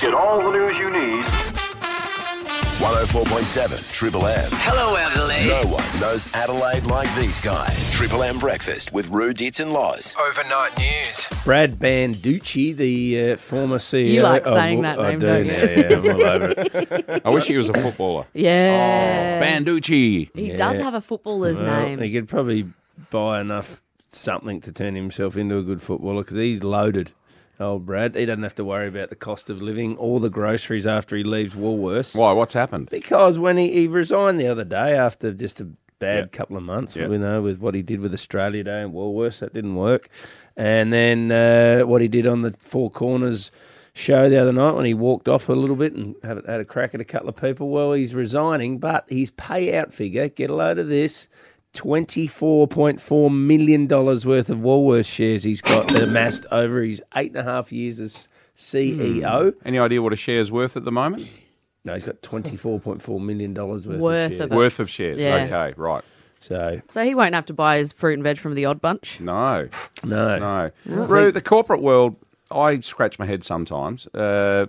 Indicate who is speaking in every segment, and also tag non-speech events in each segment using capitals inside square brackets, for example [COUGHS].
Speaker 1: Get all the news you need.
Speaker 2: 104.7 Triple M.
Speaker 3: Hello, Adelaide.
Speaker 2: No one knows Adelaide like these guys. Triple M Breakfast with Rue Dits and Laws.
Speaker 3: Overnight news.
Speaker 4: Brad Banducci, the uh, former CEO.
Speaker 5: You like
Speaker 4: of-
Speaker 5: saying that
Speaker 4: I
Speaker 5: name,
Speaker 4: do
Speaker 5: don't you?
Speaker 4: now, yeah, I'm all over
Speaker 5: [LAUGHS]
Speaker 4: it.
Speaker 6: I wish he was a footballer.
Speaker 5: Yeah.
Speaker 6: Banducci.
Speaker 5: He does have a footballer's
Speaker 4: Well,
Speaker 5: name.
Speaker 4: He could probably buy enough something to turn himself into a good footballer because he's loaded. Old Brad, he doesn't have to worry about the cost of living or the groceries after he leaves Woolworths.
Speaker 6: Why? Oh, What's happened?
Speaker 4: Because when he, he resigned the other day after just a bad couple of months,
Speaker 6: Yeah.
Speaker 4: you know, with what he did with Australia Day and Woolworths, that didn't work. And then uh, what he did on the Four Corners show the other night when he walked off a little bit and had, had a crack at a couple of people. Well, he's resigning, but his payout figure, get a load of this. $24.4 million worth of Woolworths shares he's got [COUGHS] amassed over his eight and a half years as CEO.
Speaker 6: Any idea what a share's worth at the moment?
Speaker 4: No, he's got $24.4 million worth, of
Speaker 5: Worth
Speaker 4: shares.
Speaker 5: of it.
Speaker 6: Worth of shares.
Speaker 5: Yeah.
Speaker 6: Okay, right.
Speaker 4: So
Speaker 5: So he won't have to buy his fruit and veg from the odd bunch.
Speaker 6: No,
Speaker 4: no,
Speaker 6: no. Roo, the corporate world, I scratch my head sometimes. Uh,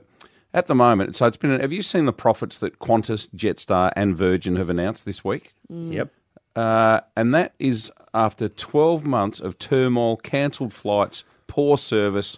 Speaker 6: at the moment, so it's been. Have you seen the profits that Qantas, Jetstar, and Virgin have announced this week?
Speaker 4: yep,
Speaker 6: Uh, and that is after 12 months of turmoil, cancelled flights, poor service,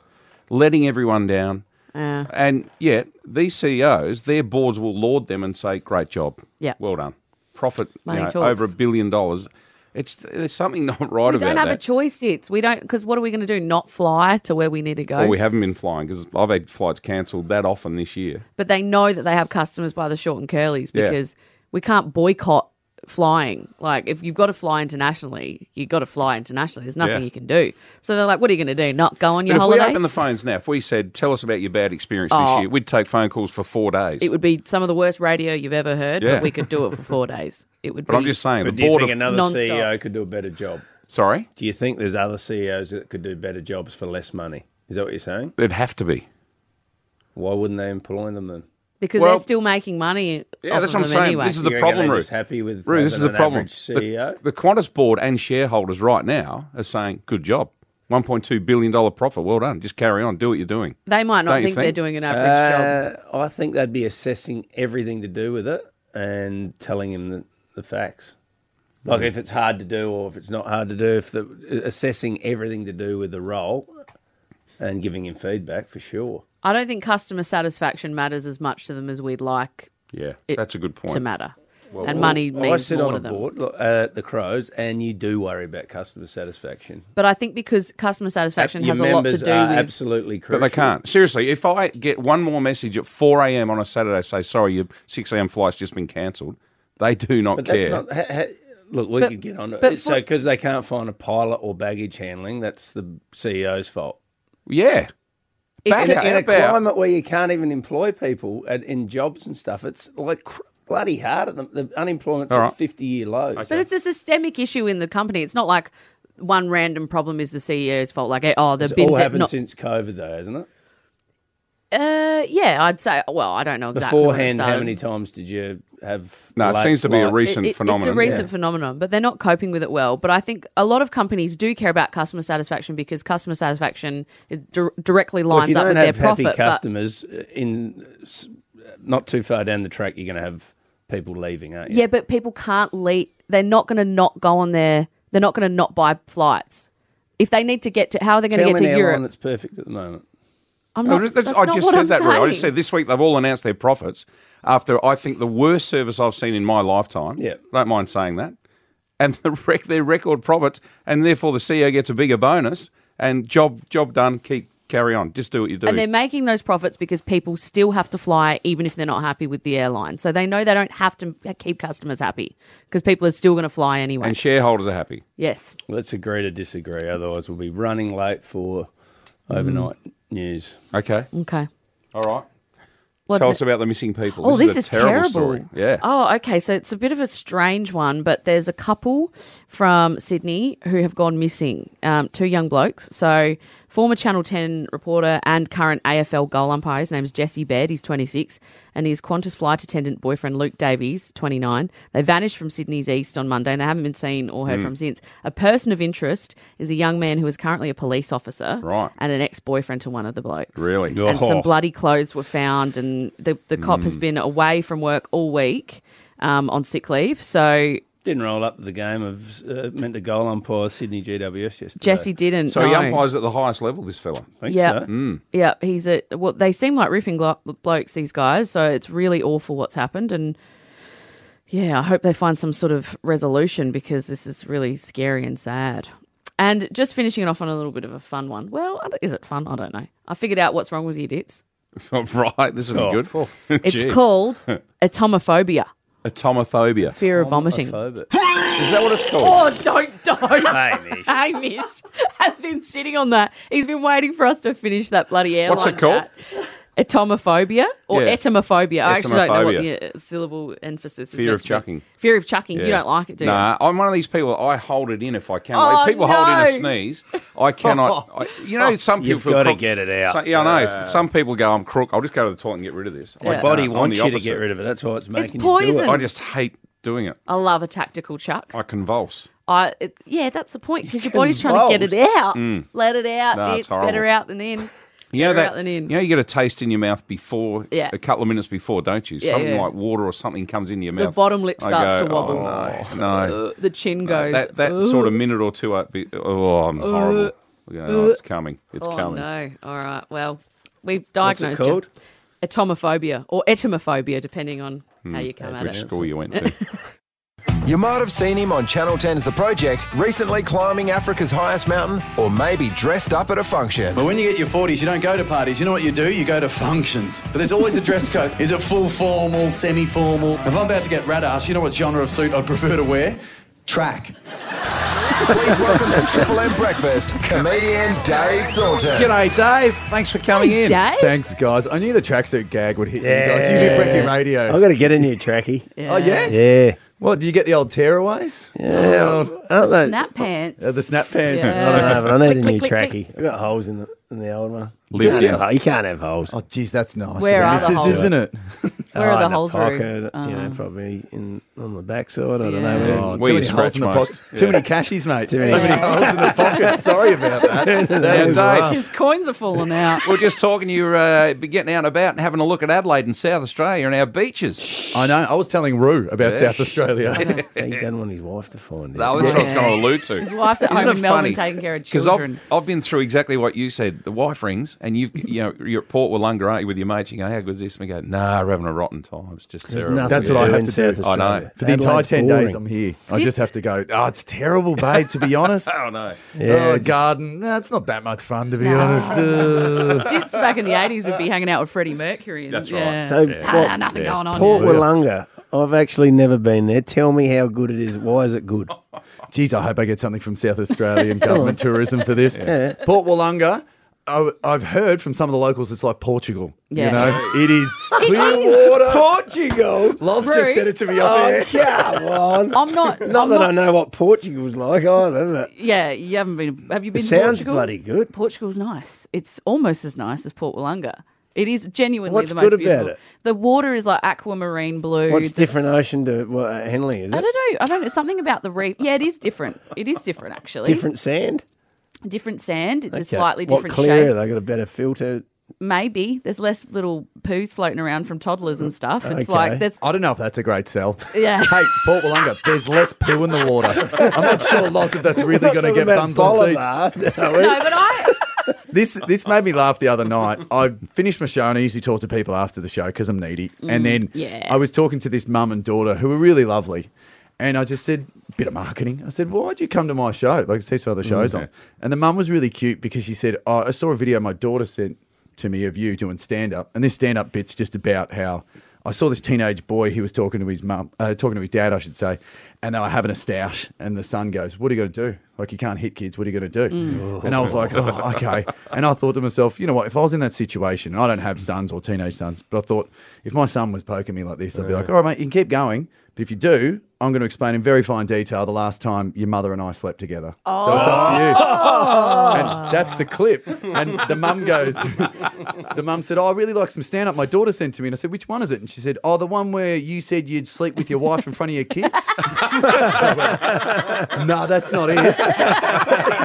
Speaker 6: letting everyone down.
Speaker 5: Yeah.
Speaker 6: And yet, these CEOs, their boards will laud them and say, "Great job,
Speaker 5: Yeah.
Speaker 6: well done, profit you
Speaker 5: Money
Speaker 6: know,
Speaker 5: talks.
Speaker 6: over a billion dollars." It's there's something [LAUGHS] not right
Speaker 5: We
Speaker 6: about
Speaker 5: don't have a
Speaker 6: that.
Speaker 5: choice, Dits. We don't, because what are we going to do? Not fly to where we need to go?
Speaker 6: Well, we haven't been flying because I've had flights cancelled that often this year.
Speaker 5: but they know that they have customers by the short and curlies
Speaker 6: Yeah.
Speaker 5: because we can't boycott flying. Like if you've got to fly internationally, you've got to fly internationally. There's nothing
Speaker 6: Yeah.
Speaker 5: you can do. So they're like, "What are you going to do? Not go on
Speaker 6: But
Speaker 5: your
Speaker 6: if we
Speaker 5: holiday?"
Speaker 6: open the phones now, if we said, "Tell us about your bad experience
Speaker 5: Oh.
Speaker 6: this year," we'd take phone calls for four days.
Speaker 5: it would be some of the worst radio you've ever heard.
Speaker 6: Yeah.
Speaker 5: But we could do it for four days. It would.
Speaker 6: but I'm
Speaker 5: be-
Speaker 6: just saying,
Speaker 4: But do
Speaker 6: the
Speaker 4: you
Speaker 6: board
Speaker 4: think
Speaker 6: of
Speaker 4: another
Speaker 5: Non-stop.
Speaker 4: CEO could do a better job?
Speaker 6: sorry,
Speaker 4: Do you think there's other CEOs that could do better jobs for less money? Is that what you're saying?
Speaker 6: it'd have to be.
Speaker 4: Why wouldn't they employ them then?
Speaker 5: because
Speaker 6: well-
Speaker 5: they're still making money.
Speaker 6: Yeah,
Speaker 5: off
Speaker 6: that's
Speaker 5: of
Speaker 6: what I'm
Speaker 5: them
Speaker 6: saying.
Speaker 5: Anyway.
Speaker 6: This is the
Speaker 4: You reckon
Speaker 6: problem,
Speaker 4: they're
Speaker 6: Roo.
Speaker 4: just happy with
Speaker 6: Roo, this is
Speaker 4: having
Speaker 6: the
Speaker 4: an
Speaker 6: problem.
Speaker 4: average E CEO.
Speaker 6: The, the Qantas board and shareholders right now are saying, "Good job, 1.2 billion dollar profit. Well done. Just carry on. Do what you're doing."
Speaker 5: they might not
Speaker 6: Don't you
Speaker 5: think, they're
Speaker 6: think?
Speaker 5: doing an average job.
Speaker 4: Uh, I think they'd be assessing everything to do with it and telling him the, the facts. Like
Speaker 6: Mm.
Speaker 4: if it's hard to do or if it's not hard to do, if the, uh, assessing everything to do with the role and giving him feedback for sure.
Speaker 5: I don't think customer satisfaction matters as much to them as we'd like
Speaker 6: Yeah,
Speaker 5: It-
Speaker 6: that's a good point.
Speaker 5: to matter. and money
Speaker 4: I
Speaker 5: means
Speaker 4: sit
Speaker 5: more
Speaker 4: on
Speaker 5: to
Speaker 4: a
Speaker 5: them.
Speaker 4: board look, at the Crows, and you do worry about customer satisfaction.
Speaker 5: But I think because customer satisfaction
Speaker 4: Your
Speaker 5: has a lot to
Speaker 4: members
Speaker 5: do
Speaker 4: are
Speaker 5: with.
Speaker 4: absolutely
Speaker 6: But
Speaker 4: crucial.
Speaker 6: they can't. Seriously, if I get one more message at 4 a.m. on a Saturday, say, sorry, your 6 a.m. flight's just been cancelled, they do not
Speaker 4: But that's
Speaker 6: care.
Speaker 4: not. Ha, ha, look, we
Speaker 5: But-
Speaker 4: could get on to
Speaker 5: but
Speaker 4: it. So
Speaker 5: for-
Speaker 4: because they can't find a pilot or baggage handling, that's the CEO's fault.
Speaker 6: yeah.
Speaker 5: It
Speaker 6: Back
Speaker 5: could-
Speaker 6: out.
Speaker 4: In a
Speaker 6: about-
Speaker 4: climate where you can't even employ people at, in jobs and stuff, it's like cr- bloody hard. At the, the unemployment's
Speaker 6: All
Speaker 4: at
Speaker 6: right.
Speaker 4: fifty-year lows.
Speaker 5: but it's a systemic issue in the company. It's not like one random problem is the CEO's fault. Like, oh, the
Speaker 4: It's
Speaker 5: bins
Speaker 4: all
Speaker 5: at
Speaker 4: happened
Speaker 5: not.
Speaker 4: since COVID, though, hasn't it?
Speaker 5: uh, yeah, I'd say. Well, I don't know exactly. when it
Speaker 4: Beforehand, how
Speaker 5: started.
Speaker 4: many times did you have?
Speaker 6: No, it
Speaker 4: late
Speaker 6: seems to be a
Speaker 4: flights?
Speaker 6: recent phenomenon.
Speaker 5: It's a recent phenomenon, but they're not coping with it well. But I think a lot of companies do care about customer satisfaction because customer satisfaction is dir- directly
Speaker 4: Well, if
Speaker 5: lines
Speaker 4: you
Speaker 5: up
Speaker 4: don't
Speaker 5: with
Speaker 4: have
Speaker 5: their profit.
Speaker 4: happy
Speaker 5: but-
Speaker 4: customers uh, in s- not too far down the track, you're going to have people leaving, aren't you?
Speaker 5: yeah, but people can't leave. They're not going to not go on their. They're not going to not buy flights. If they need to get to, how are they going
Speaker 4: Tell
Speaker 5: to
Speaker 4: me
Speaker 5: get
Speaker 4: an
Speaker 5: to
Speaker 4: airline
Speaker 5: Europe?
Speaker 4: that's perfect at the moment.
Speaker 5: I'm
Speaker 6: No,
Speaker 5: not,
Speaker 6: but
Speaker 5: that's,
Speaker 6: that's- I
Speaker 5: not
Speaker 6: Oh, just
Speaker 5: what
Speaker 6: said
Speaker 5: I'm
Speaker 6: that,
Speaker 5: saying.
Speaker 6: Roo. I just said this week they've all announced their profits after I think the worst service I've seen in my lifetime.
Speaker 4: Yeah.
Speaker 6: Don't mind saying that. And the [LAUGHS] rec- their record profits, and therefore the CEO gets a bigger bonus and job job done, keep carry on. Just do what you do.
Speaker 5: and they're making those profits because people still have to fly even if they're not happy with the airline. So they know they don't have to keep customers happy because people are still going to fly anyway.
Speaker 6: and shareholders are happy.
Speaker 5: yes.
Speaker 4: Let's agree to disagree, otherwise we'll be running late for overnight
Speaker 5: Mm.
Speaker 4: news.
Speaker 6: Okay.
Speaker 5: Okay.
Speaker 6: All right.
Speaker 5: What
Speaker 6: Tell
Speaker 5: ne-
Speaker 6: us about the missing people.
Speaker 5: Oh, this,
Speaker 6: a
Speaker 5: is, terrible.
Speaker 6: Story. Yeah.
Speaker 5: Oh, okay. So it's a bit of a strange one, but there's a couple from Sydney who have gone missing. Um, two young blokes. So Former Channel 10 reporter and current AFL goal umpire. His name's Jesse Baird. He's 26. And his Qantas flight attendant boyfriend, Luke Davies, 29. They vanished from Sydney's east on Monday and they haven't been seen or
Speaker 6: Hmm.
Speaker 5: heard from since. A person of interest is a young man who is currently a police officer
Speaker 6: Right.
Speaker 5: and an ex boyfriend to one of the blokes.
Speaker 6: Really?
Speaker 5: And
Speaker 4: Oh.
Speaker 5: some bloody clothes were found. And the, the cop
Speaker 6: Mm.
Speaker 5: has been away from work all week um, on sick leave. So
Speaker 4: Didn't roll up to the game of uh, meant to goal umpire Sydney GWS yesterday.
Speaker 5: Jesse didn't.
Speaker 6: So
Speaker 5: know.
Speaker 6: he umpires at the highest level, this fella. [LAUGHS]
Speaker 4: Think
Speaker 5: Yeah.
Speaker 4: so.
Speaker 5: Yeah, he's a well. They seem like ripping glo- blokes, these guys. So it's really awful what's happened, and yeah, I hope they find some sort of resolution because this is really scary and sad. And just finishing it off on a little bit of a fun one. Well, I don't- is it fun? I don't know. I figured out what's wrong with you, dits.
Speaker 6: right, this will
Speaker 4: Oh.
Speaker 6: be good. for.
Speaker 5: It's called atomophobia,
Speaker 6: Atomophobia.
Speaker 5: fear of vomiting.
Speaker 4: [LAUGHS] Homophobic.
Speaker 6: Is that what it's called?
Speaker 5: Oh, don't don't.
Speaker 4: Hey, Mish.
Speaker 5: Hamish has been sitting on that. He's been waiting for us to finish that bloody airline.
Speaker 6: What's it called?
Speaker 5: chat. Atomophobia or
Speaker 6: Yeah.
Speaker 5: etomophobia. I actually don't know what
Speaker 6: Etomophobia.
Speaker 5: the uh, syllable emphasis is.
Speaker 6: Fear
Speaker 5: meant
Speaker 6: of
Speaker 5: to be.
Speaker 6: chucking.
Speaker 5: Fear of chucking. You
Speaker 6: Yeah.
Speaker 5: don't like it, do you?
Speaker 6: Nah, I'm one of these people. I hold it in if I can.
Speaker 5: Oh,
Speaker 6: if people hold in
Speaker 5: no.
Speaker 6: a sneeze, I
Speaker 5: [LAUGHS]
Speaker 6: cannot. I, you know, some people
Speaker 4: You've
Speaker 6: feel
Speaker 4: got to
Speaker 6: crook-
Speaker 4: get it out.
Speaker 6: So- yeah, I know. Some people go, "I'm crook. I'll just go to the toilet and get rid of this."
Speaker 5: Yeah.
Speaker 6: I,
Speaker 4: Body wants you to get rid of it. That's why it's making you do
Speaker 5: poison.
Speaker 6: [LAUGHS]
Speaker 4: it.
Speaker 6: I just hate doing it.
Speaker 5: I love a tactical chuck.
Speaker 6: I convulse.
Speaker 5: I, it, yeah, that's the point because your body's trying to get it
Speaker 4: Convulsed.
Speaker 5: out. Let it out.
Speaker 6: Mm. Nah,
Speaker 5: it's
Speaker 6: it's horrible.
Speaker 5: better out than in. [LAUGHS]
Speaker 6: You know
Speaker 5: Better
Speaker 6: that.
Speaker 5: out than in.
Speaker 6: You know, you get a taste in your mouth before
Speaker 5: Yeah.
Speaker 6: a couple of minutes before, don't you?
Speaker 5: Yeah,
Speaker 6: something
Speaker 5: yeah.
Speaker 6: like water or something comes into your
Speaker 5: The
Speaker 6: mouth.
Speaker 5: bottom lip
Speaker 6: I
Speaker 5: starts
Speaker 6: go,
Speaker 5: to wobble.
Speaker 6: "Oh, no, [LAUGHS]
Speaker 5: [LAUGHS]
Speaker 6: no."
Speaker 5: Uh, the chin goes.
Speaker 6: that that
Speaker 5: "Ooh." Uh,
Speaker 6: sort of minute or two, I'd be, oh, I'm horrible. You know, "Oh, it's coming. It's
Speaker 5: Oh
Speaker 6: coming.
Speaker 5: no! All right. Well, we've
Speaker 4: What's it
Speaker 5: diagnosed him.
Speaker 4: called?
Speaker 5: atomophobia or etomophobia, depending on how you come at
Speaker 6: Hmm, Which
Speaker 5: it.
Speaker 6: school you went
Speaker 5: [LAUGHS]
Speaker 6: to?
Speaker 2: You might have seen him on Channel 10's The Project, recently climbing Africa's highest mountain, or maybe dressed up at a function.
Speaker 1: But when you get your 40s, you don't go to parties. You know what you do? You go to functions. But there's always a dress code. Is it full formal, semi formal? If I'm about to get rad ass, you know what genre of suit I'd prefer to wear? Track.
Speaker 2: Please welcome to Triple M Breakfast, comedian Dave Thornton.
Speaker 6: G'day, Dave. Thanks for coming in.
Speaker 5: Dave?
Speaker 7: Thanks, guys. I knew the tracksuit gag would hit you guys. You did Brecky Radio.
Speaker 4: I've got to get a new trackie.
Speaker 7: Oh, yeah?
Speaker 4: Yeah.
Speaker 7: What, do you get the old tearaways?
Speaker 4: Yeah. Aren't they?
Speaker 5: Snap pants. [LAUGHS]
Speaker 7: Uh, the snap pants?
Speaker 4: I don't know, but I need a new
Speaker 5: click, click,
Speaker 4: trackie. I've got holes in the, in the old one.
Speaker 6: Lived
Speaker 4: you, can't
Speaker 6: in.
Speaker 4: have, you can't have holes.
Speaker 7: Oh, geez, that's nice.
Speaker 5: Where are
Speaker 7: this
Speaker 5: the
Speaker 7: is,
Speaker 5: holes?
Speaker 7: isn't it?
Speaker 5: Where
Speaker 4: Oh,
Speaker 5: are the
Speaker 4: in
Speaker 5: holes? Um, Roo?
Speaker 4: pocket, You
Speaker 5: [LAUGHS]
Speaker 4: know, probably in, on the backside. I don't
Speaker 5: Yeah.
Speaker 4: know.
Speaker 7: Oh,
Speaker 6: Where
Speaker 7: too
Speaker 6: you
Speaker 7: many holes in the
Speaker 6: scratch
Speaker 7: pocket. Too many cashies, mate. Too many,
Speaker 4: many
Speaker 7: holes in the pocket. Sorry
Speaker 6: [LAUGHS]
Speaker 7: about that.
Speaker 6: Yeah,
Speaker 7: That is
Speaker 6: Dave. [LAUGHS]
Speaker 7: rough.
Speaker 5: His coins are falling out.
Speaker 6: We're just talking to you, uh, getting out and about and having a look at Adelaide and South Australia and our beaches.
Speaker 7: I know. I was telling Rue about
Speaker 6: Yeah.
Speaker 7: South Australia.
Speaker 4: He doesn't want his wife to find
Speaker 6: No,
Speaker 4: out.
Speaker 6: that's what I was going to allude to. His
Speaker 5: wife's at home in Melbourne taking care of children.
Speaker 6: I've, I've been through exactly what you said. The wife rings and you've, you know, you're at Port Wollonga, aren't you, with your mates? You go, how good is this? And we go, nah, we're having a rotten time. It's just
Speaker 4: There's
Speaker 6: terrible.
Speaker 4: nothing
Speaker 7: That's what I
Speaker 4: do
Speaker 7: have
Speaker 4: in
Speaker 7: to do.
Speaker 4: South
Speaker 6: I know.
Speaker 4: Australia.
Speaker 7: For the entire
Speaker 4: Adelaide's
Speaker 7: 10 days
Speaker 4: boring.
Speaker 7: I'm here. I
Speaker 5: Did-
Speaker 7: just have to go, oh, it's terrible, babe, to be honest.
Speaker 6: [LAUGHS] Oh, no.
Speaker 4: Yeah,
Speaker 7: oh,
Speaker 4: just-
Speaker 7: garden. Nah, it's not that much fun, to be [LAUGHS] honest. Uh,
Speaker 5: Dits back in the eighties would be hanging out with Freddie Mercury. And,
Speaker 6: That's right.
Speaker 5: yeah.
Speaker 4: So,
Speaker 5: Ah,
Speaker 4: what-
Speaker 5: nothing
Speaker 6: Yeah.
Speaker 5: going on.
Speaker 4: Port
Speaker 5: now.
Speaker 4: Wollonga. I've actually never been there. Tell me how good it is. Why is it good?
Speaker 7: Geez, I hope I get something from South [LAUGHS] Australian government tourism for this. Port Wollonga, I, I've heard from some of the locals, it's like Portugal.
Speaker 5: Yeah.
Speaker 7: You know, [LAUGHS] it is clear water.
Speaker 4: Portugal.
Speaker 7: Loz
Speaker 5: Right.
Speaker 7: just said it to me off air.
Speaker 4: Oh,
Speaker 7: [LAUGHS]
Speaker 4: come on. [LAUGHS]
Speaker 5: I'm not.
Speaker 4: Not
Speaker 5: I'm
Speaker 4: that
Speaker 5: not-
Speaker 4: I know what Portugal's like either, but
Speaker 5: Yeah, you haven't been. Have you been?
Speaker 4: it
Speaker 5: to
Speaker 4: sounds
Speaker 5: Portugal?
Speaker 4: bloody good.
Speaker 5: Portugal's nice. It's almost as nice as Port Wollonga. It is genuinely
Speaker 4: What's
Speaker 5: the most
Speaker 4: good about
Speaker 5: beautiful.
Speaker 4: it?
Speaker 5: The water is like aquamarine blue.
Speaker 4: What's different ocean to what, uh, Henley? Is
Speaker 5: I
Speaker 4: it
Speaker 5: don't know. I don't know. Something about the reef. Yeah, it is different. It is different, actually.
Speaker 4: different sand?
Speaker 5: different sand. It's a
Speaker 4: Okay.
Speaker 5: slightly
Speaker 4: what
Speaker 5: different
Speaker 4: clearer?
Speaker 5: shape.
Speaker 4: They got a better filter.
Speaker 5: Maybe there's less little poos floating around from toddlers and stuff. It's
Speaker 4: Okay.
Speaker 5: like there's
Speaker 7: I don't know if that's a great sell. [LAUGHS]
Speaker 5: Yeah.
Speaker 7: Hey, Port Wollonga, there's less poo in the water. I'm not sure, Loz, if that's really going to get bums on seats.
Speaker 4: seats.
Speaker 5: [LAUGHS] no, but I
Speaker 7: this this made me laugh the other night. I finished my show and I usually talk to people after the show because I'm needy. and then
Speaker 5: yeah.
Speaker 7: I was talking to this mum and daughter who were really lovely. And I just said, bit of marketing. I said, why'd you come to my show? Like, see some other shows on. And the mum was really cute because she said, oh, I saw a video my daughter sent to me of you doing stand up. And this stand up bit's just about how I saw this teenage boy. He was talking to his mum, uh, talking to his dad, I should say. And they were having a stoush. And the son goes, What are you going to do? Like you can't hit kids. What are you going to do? And I was like, oh, okay. And I thought to myself, you know what? If I was in that situation, and I don't have sons or teenage sons, but I thought if my son was poking me like this, I'd be like, all right, mate, you can keep going. But if you do, I'm going to explain in very fine detail the last time your mother and I slept together. So it's up to you.
Speaker 5: Ah.
Speaker 7: And that's the clip.
Speaker 5: [LAUGHS]
Speaker 7: And the mum goes, the mum said, oh, I really like some stand up. My daughter sent to me. And I said, which one is it? And she said, oh, the one where you said you'd sleep with your wife in front of
Speaker 5: [LAUGHS]
Speaker 7: your kids. no, that's not it.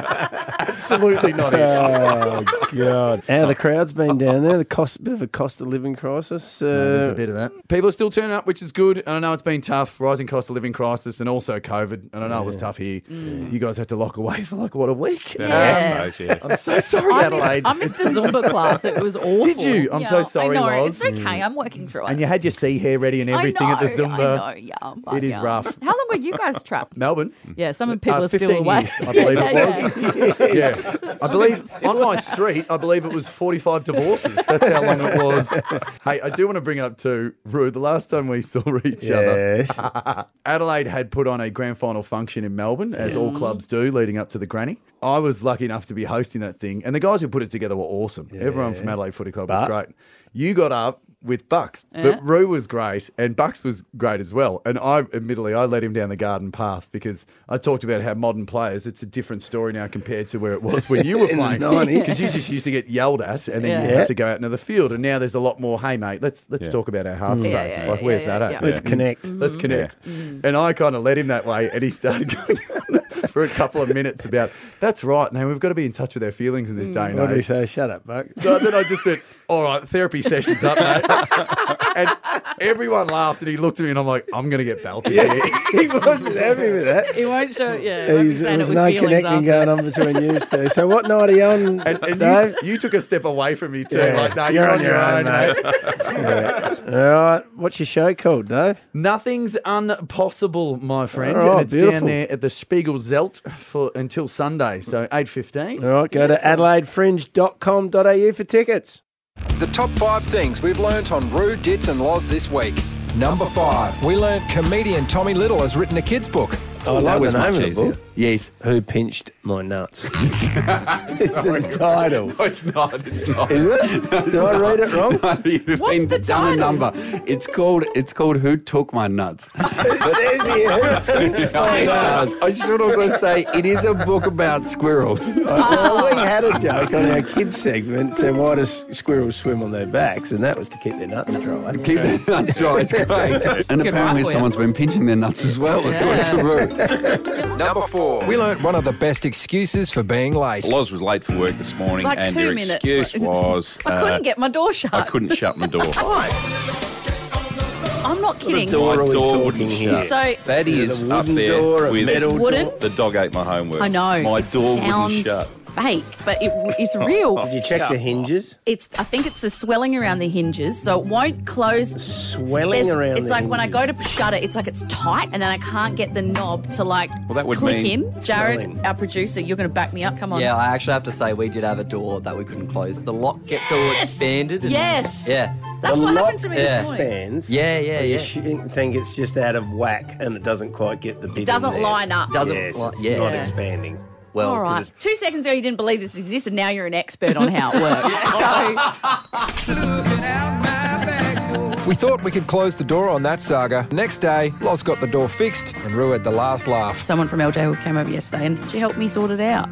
Speaker 5: [LAUGHS]
Speaker 7: absolutely not it.
Speaker 5: Uh,
Speaker 4: Oh god! [LAUGHS] How the crowd's been down there. The cost, bit of a cost of living crisis. Uh,
Speaker 7: There's a bit of that. People are still turning up, which is good. And I know it's been tough, rising cost of living crisis, and also COVID. And I know it was tough here.
Speaker 5: Mm.
Speaker 7: You guys had to lock away for like what a week.
Speaker 8: Yeah.
Speaker 7: I'm so sorry,
Speaker 8: I
Speaker 7: Adelaide.
Speaker 8: missed, I
Speaker 7: [LAUGHS]
Speaker 8: missed a Zumba class. It was awful.
Speaker 7: Did you? I'm
Speaker 5: Yeah,
Speaker 7: so sorry,
Speaker 5: I know.
Speaker 7: Loz.
Speaker 5: It's okay. I'm working through it.
Speaker 7: And you had your sea hair ready and everything
Speaker 5: I know,
Speaker 7: at the Zumba.
Speaker 5: I know. Yeah, but
Speaker 7: It is
Speaker 5: yeah.
Speaker 7: rough.
Speaker 8: How long were you guys
Speaker 7: [LAUGHS]
Speaker 8: trapped?
Speaker 7: Melbourne.
Speaker 8: Yeah, some people
Speaker 7: Uh,
Speaker 8: are still
Speaker 7: 15
Speaker 8: away.
Speaker 7: years, I
Speaker 8: [LAUGHS]
Speaker 7: believe
Speaker 5: [LAUGHS]
Speaker 7: it was. [LAUGHS] yeah. I believe on my street, I believe it was 45 divorces. That's how long it was.
Speaker 8: [LAUGHS]
Speaker 7: hey, I do want to bring up too, Rue, the last time we saw each other,
Speaker 4: yes.
Speaker 7: [LAUGHS] Adelaide had put on a grand final function in Melbourne, as all clubs do leading up to the granny. I was lucky enough to be hosting that thing, and the guys who put it together were awesome. Everyone from Adelaide Footy Club was
Speaker 4: But-
Speaker 7: great. You got up with Bucks,
Speaker 8: Yeah.
Speaker 7: but Rue was great, and Bucks was great as well. And I, admittedly, I led him down the garden path because I talked about how modern players, it's a different story now compared to where it was when you were
Speaker 4: In the
Speaker 7: playing.
Speaker 4: 90s.
Speaker 7: Because you just used to get yelled at, and then
Speaker 8: Yeah.
Speaker 7: you
Speaker 4: Yeah.
Speaker 7: have to go out into the field. And now there's a lot more, hey, mate, let's let's talk about our heart space.
Speaker 5: Yeah, yeah,
Speaker 7: like,
Speaker 5: yeah,
Speaker 7: where's
Speaker 5: yeah,
Speaker 7: that at?
Speaker 5: yeah.
Speaker 4: Let's connect.
Speaker 7: Let's connect. And I kind of led him that way, and he started [LAUGHS] going on for a couple of minutes about that's right. Now we've got to be in touch with our feelings in this day
Speaker 4: What
Speaker 7: and
Speaker 4: do we
Speaker 7: age.
Speaker 4: say? Shut up, Buck.
Speaker 7: So then I just went, all right, therapy session's up, [LAUGHS] mate. and everyone laughs, and he looked at me, and I'm like, I'm going to get belted. here."
Speaker 4: [LAUGHS]
Speaker 7: [LAUGHS]
Speaker 4: he wasn't happy with that.
Speaker 8: He won't show. Yeah, he won't be
Speaker 4: He's,
Speaker 8: saying
Speaker 4: there
Speaker 8: it
Speaker 4: was
Speaker 8: with
Speaker 4: no
Speaker 8: feelings
Speaker 4: connecting
Speaker 8: after.
Speaker 4: going on between you two. So what night are you on,
Speaker 7: And, and
Speaker 4: Dave?
Speaker 7: you, you took a step away from me, too.
Speaker 4: Yeah.
Speaker 7: Like, no, you're, on your own, mate.
Speaker 4: All right. What's your show called, Dave?
Speaker 7: Nothing's impossible, my friend.
Speaker 4: All right,
Speaker 7: and it's down
Speaker 4: beautiful.
Speaker 7: there at the Spiegel Zelt for, until Sunday, so 8.15.
Speaker 4: All
Speaker 7: [LAUGHS]
Speaker 4: right. Go to adelaidefringe.com.au for tickets.
Speaker 2: The top five things we've learnt on Rue, Dits and Loz this week. Number five, we learnt comedian Tommy Little has written a kid's book.
Speaker 4: I love the name of the book.
Speaker 7: Yes.
Speaker 4: Who pinched my nuts? [LAUGHS] it's the title.
Speaker 7: Oh,
Speaker 9: No, it's not. It's not.
Speaker 4: Is it? Did I read it wrong? [LAUGHS]
Speaker 9: You've
Speaker 8: What's
Speaker 9: been
Speaker 8: the
Speaker 9: done a
Speaker 8: title?
Speaker 9: number. It's called. It's called. Who took my nuts?
Speaker 8: [LAUGHS]
Speaker 4: It says here. Who pinched my
Speaker 9: It
Speaker 4: nuts?
Speaker 9: does. I should also say it is a book about squirrels.
Speaker 4: Well, we had a joke on our kids segment. So why does squirrels swim on their backs? And that was to keep their nuts dry.
Speaker 9: Keep their nuts dry. It's
Speaker 6: [LAUGHS]
Speaker 9: great. And apparently
Speaker 8: for you.
Speaker 9: someone's been pinching their nuts as well.
Speaker 7: [LAUGHS]
Speaker 9: according to Roo.
Speaker 2: Number four, we learnt one of the best excuses for being late.
Speaker 6: Loz was late for work this morning,
Speaker 5: Like
Speaker 6: and
Speaker 5: two
Speaker 6: her
Speaker 5: minutes.
Speaker 6: excuse was
Speaker 5: [LAUGHS] I
Speaker 6: uh,
Speaker 5: couldn't get my door shut.
Speaker 6: I couldn't shut my
Speaker 5: [LAUGHS]
Speaker 6: door.
Speaker 5: I'm not kidding.
Speaker 6: my
Speaker 4: are we
Speaker 6: door
Speaker 4: talking
Speaker 6: wouldn't
Speaker 4: here?
Speaker 6: shut.
Speaker 5: So-
Speaker 6: that
Speaker 4: Is it
Speaker 6: is
Speaker 4: a
Speaker 6: up
Speaker 4: wooden
Speaker 6: there
Speaker 4: door, a
Speaker 6: with
Speaker 4: metal
Speaker 5: It's wooden. door?
Speaker 6: The dog ate my homework.
Speaker 5: I know.
Speaker 6: My
Speaker 5: it
Speaker 6: door
Speaker 5: sounds
Speaker 6: wouldn't shut.
Speaker 5: Fake, but it, it's real.
Speaker 6: [LAUGHS]
Speaker 4: Did you check the hinges?
Speaker 5: It's. I think it's the swelling around the hinges, so it won't close.
Speaker 4: Swelling
Speaker 5: There's-
Speaker 4: around.
Speaker 5: it's
Speaker 4: the
Speaker 5: like when I
Speaker 4: hinges.
Speaker 5: go to shut it, it's like it's tight, and then I can't get the knob to like
Speaker 6: Well, that would
Speaker 5: click
Speaker 6: mean
Speaker 5: in. Jared,
Speaker 4: swelling.
Speaker 5: our producer, you're going to back me up. Come on.
Speaker 10: Yeah, I actually have to say we did have a door that we couldn't close. The lock gets all expanded. And,
Speaker 5: Yes.
Speaker 10: Yeah.
Speaker 5: That's
Speaker 4: The
Speaker 5: what
Speaker 4: lock
Speaker 5: happened to me this morning.
Speaker 4: expands.
Speaker 10: Yeah, yeah,
Speaker 4: and you
Speaker 10: yeah.
Speaker 4: sh- think it's just out of whack and it doesn't quite get the bit. in
Speaker 5: doesn't
Speaker 4: there.
Speaker 5: line up.
Speaker 10: Doesn't.
Speaker 4: Yes,
Speaker 10: well,
Speaker 4: it's
Speaker 10: yeah.
Speaker 4: not
Speaker 5: Yeah.
Speaker 4: expanding.
Speaker 10: Well,
Speaker 5: All
Speaker 10: 'cause
Speaker 5: right.
Speaker 10: it's-
Speaker 5: Two seconds ago, you didn't believe this existed. Now you're an expert on how
Speaker 4: [LAUGHS]
Speaker 5: it works. so
Speaker 2: We thought we could close the door on that saga. Next day, Loz got the door fixed and Rue had the last laugh.
Speaker 5: someone from LJ who came over yesterday and she helped me sort it out.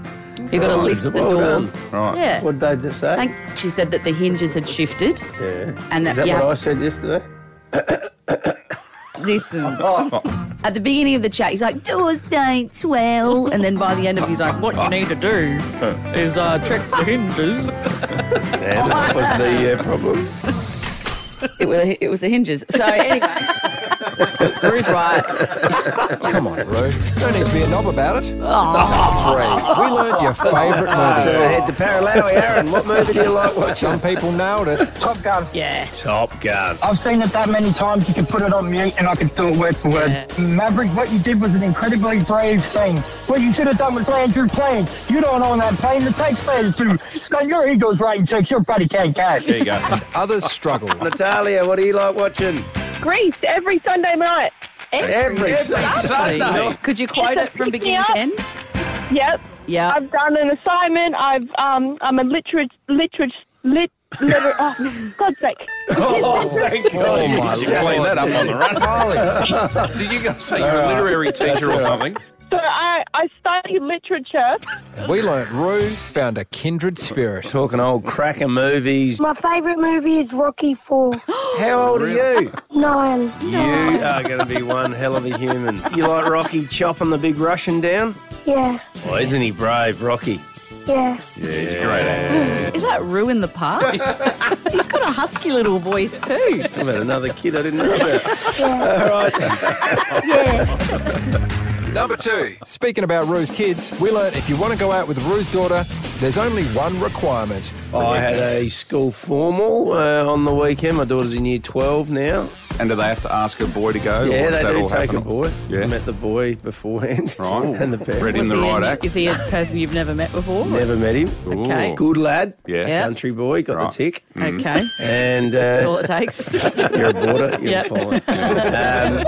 Speaker 5: You got to lift the
Speaker 4: well
Speaker 5: door.
Speaker 4: done.
Speaker 6: Right.
Speaker 5: Yeah.
Speaker 4: What did they say?
Speaker 5: Thank, she said that the hinges had shifted.
Speaker 4: yeah.
Speaker 5: And
Speaker 4: Is
Speaker 5: that,
Speaker 4: that
Speaker 5: you
Speaker 4: what I
Speaker 5: have
Speaker 4: said yesterday?
Speaker 5: to
Speaker 4: [LAUGHS]
Speaker 5: listen.
Speaker 4: Oh.
Speaker 5: At the beginning of the chat, he's like, doors don't swell. And then by the end of it, he's like, what
Speaker 4: Ah.
Speaker 5: you need to do is uh, check the hinges.
Speaker 4: Yeah, that was the uh, problem.
Speaker 5: It was, it was the hinges.
Speaker 4: [LAUGHS]
Speaker 5: So anyway, Rue's right.
Speaker 2: Come on, Ah. Rue. Don't need to be a knob about it. Three, we learnt your favourite
Speaker 4: So
Speaker 2: movies.
Speaker 4: head to Paralawi, Aaron. What movie do you like watching?
Speaker 2: Some people nailed it.
Speaker 11: [LAUGHS] Top Gun.
Speaker 5: Yeah.
Speaker 4: Top Gun.
Speaker 11: I've seen it that many times you can put it on mute and I can do it word for word. Maverick, what you did was an incredibly brave thing. What you should have done was land your plane. You don't own that plane, the taxpayers do. So your ego's writing checks, your buddy can't cash.
Speaker 6: There you
Speaker 5: [LAUGHS] Oh
Speaker 6: go.
Speaker 2: Others struggled.
Speaker 4: [LAUGHS] Natalia, what do you like watching?
Speaker 12: Greece every Sunday night.
Speaker 5: Every,
Speaker 4: Every
Speaker 5: Sunday. Could you quote it from beginning to end?
Speaker 12: Yep.
Speaker 5: Yeah.
Speaker 12: I've done an assignment. I've um I'm a literature literature lit liter- oh, God's sake.
Speaker 6: [LAUGHS] Oh, thank God.
Speaker 13: my
Speaker 6: Did you clean
Speaker 13: Lord.
Speaker 6: that up on the run? [LAUGHS] Did you go say you're a literary teacher or something?
Speaker 12: So I I study literature.
Speaker 2: We learnt Rue found a kindred spirit.
Speaker 4: Talking old cracker movies.
Speaker 14: My favourite movie is Rocky Four.
Speaker 4: How old are you?
Speaker 14: Nine.
Speaker 4: You are going to be one hell of a human. You like Rocky chopping the big Russian down?
Speaker 14: Yeah,
Speaker 4: Well, isn't he brave, Rocky?
Speaker 14: yeah.
Speaker 4: Yeah, he's great.
Speaker 5: Is that Rue in
Speaker 4: [LAUGHS]
Speaker 5: the past? He's got a husky little voice too.
Speaker 4: How about another kid I didn't know about? All right.
Speaker 2: Number two. Speaking about Rue's kids, we learnt if you want to go out with Rue's daughter, there's only one requirement.
Speaker 4: I had a school formal uh, on the weekend. My daughter's in year 12 now.
Speaker 6: And do they have to ask a boy to go?
Speaker 4: Yeah,
Speaker 6: or
Speaker 4: they
Speaker 6: does that
Speaker 4: do
Speaker 6: all
Speaker 4: take
Speaker 6: happen?
Speaker 4: a boy.
Speaker 6: Yeah.
Speaker 4: Met the boy beforehand.
Speaker 6: Right.
Speaker 4: [LAUGHS] and the parents.
Speaker 6: Read him the right act.
Speaker 5: Is he a person you've never met before?
Speaker 4: eh? Never met him.
Speaker 5: Okay.
Speaker 4: Good lad.
Speaker 5: Yeah. Yeah.
Speaker 4: Country boy. Got
Speaker 5: Right.
Speaker 4: the tick.
Speaker 5: Mm. Okay.
Speaker 4: And uh,
Speaker 5: That's all
Speaker 4: [LAUGHS]
Speaker 5: it takes.
Speaker 4: you're a border. You're
Speaker 5: Yep.
Speaker 4: fine. Um,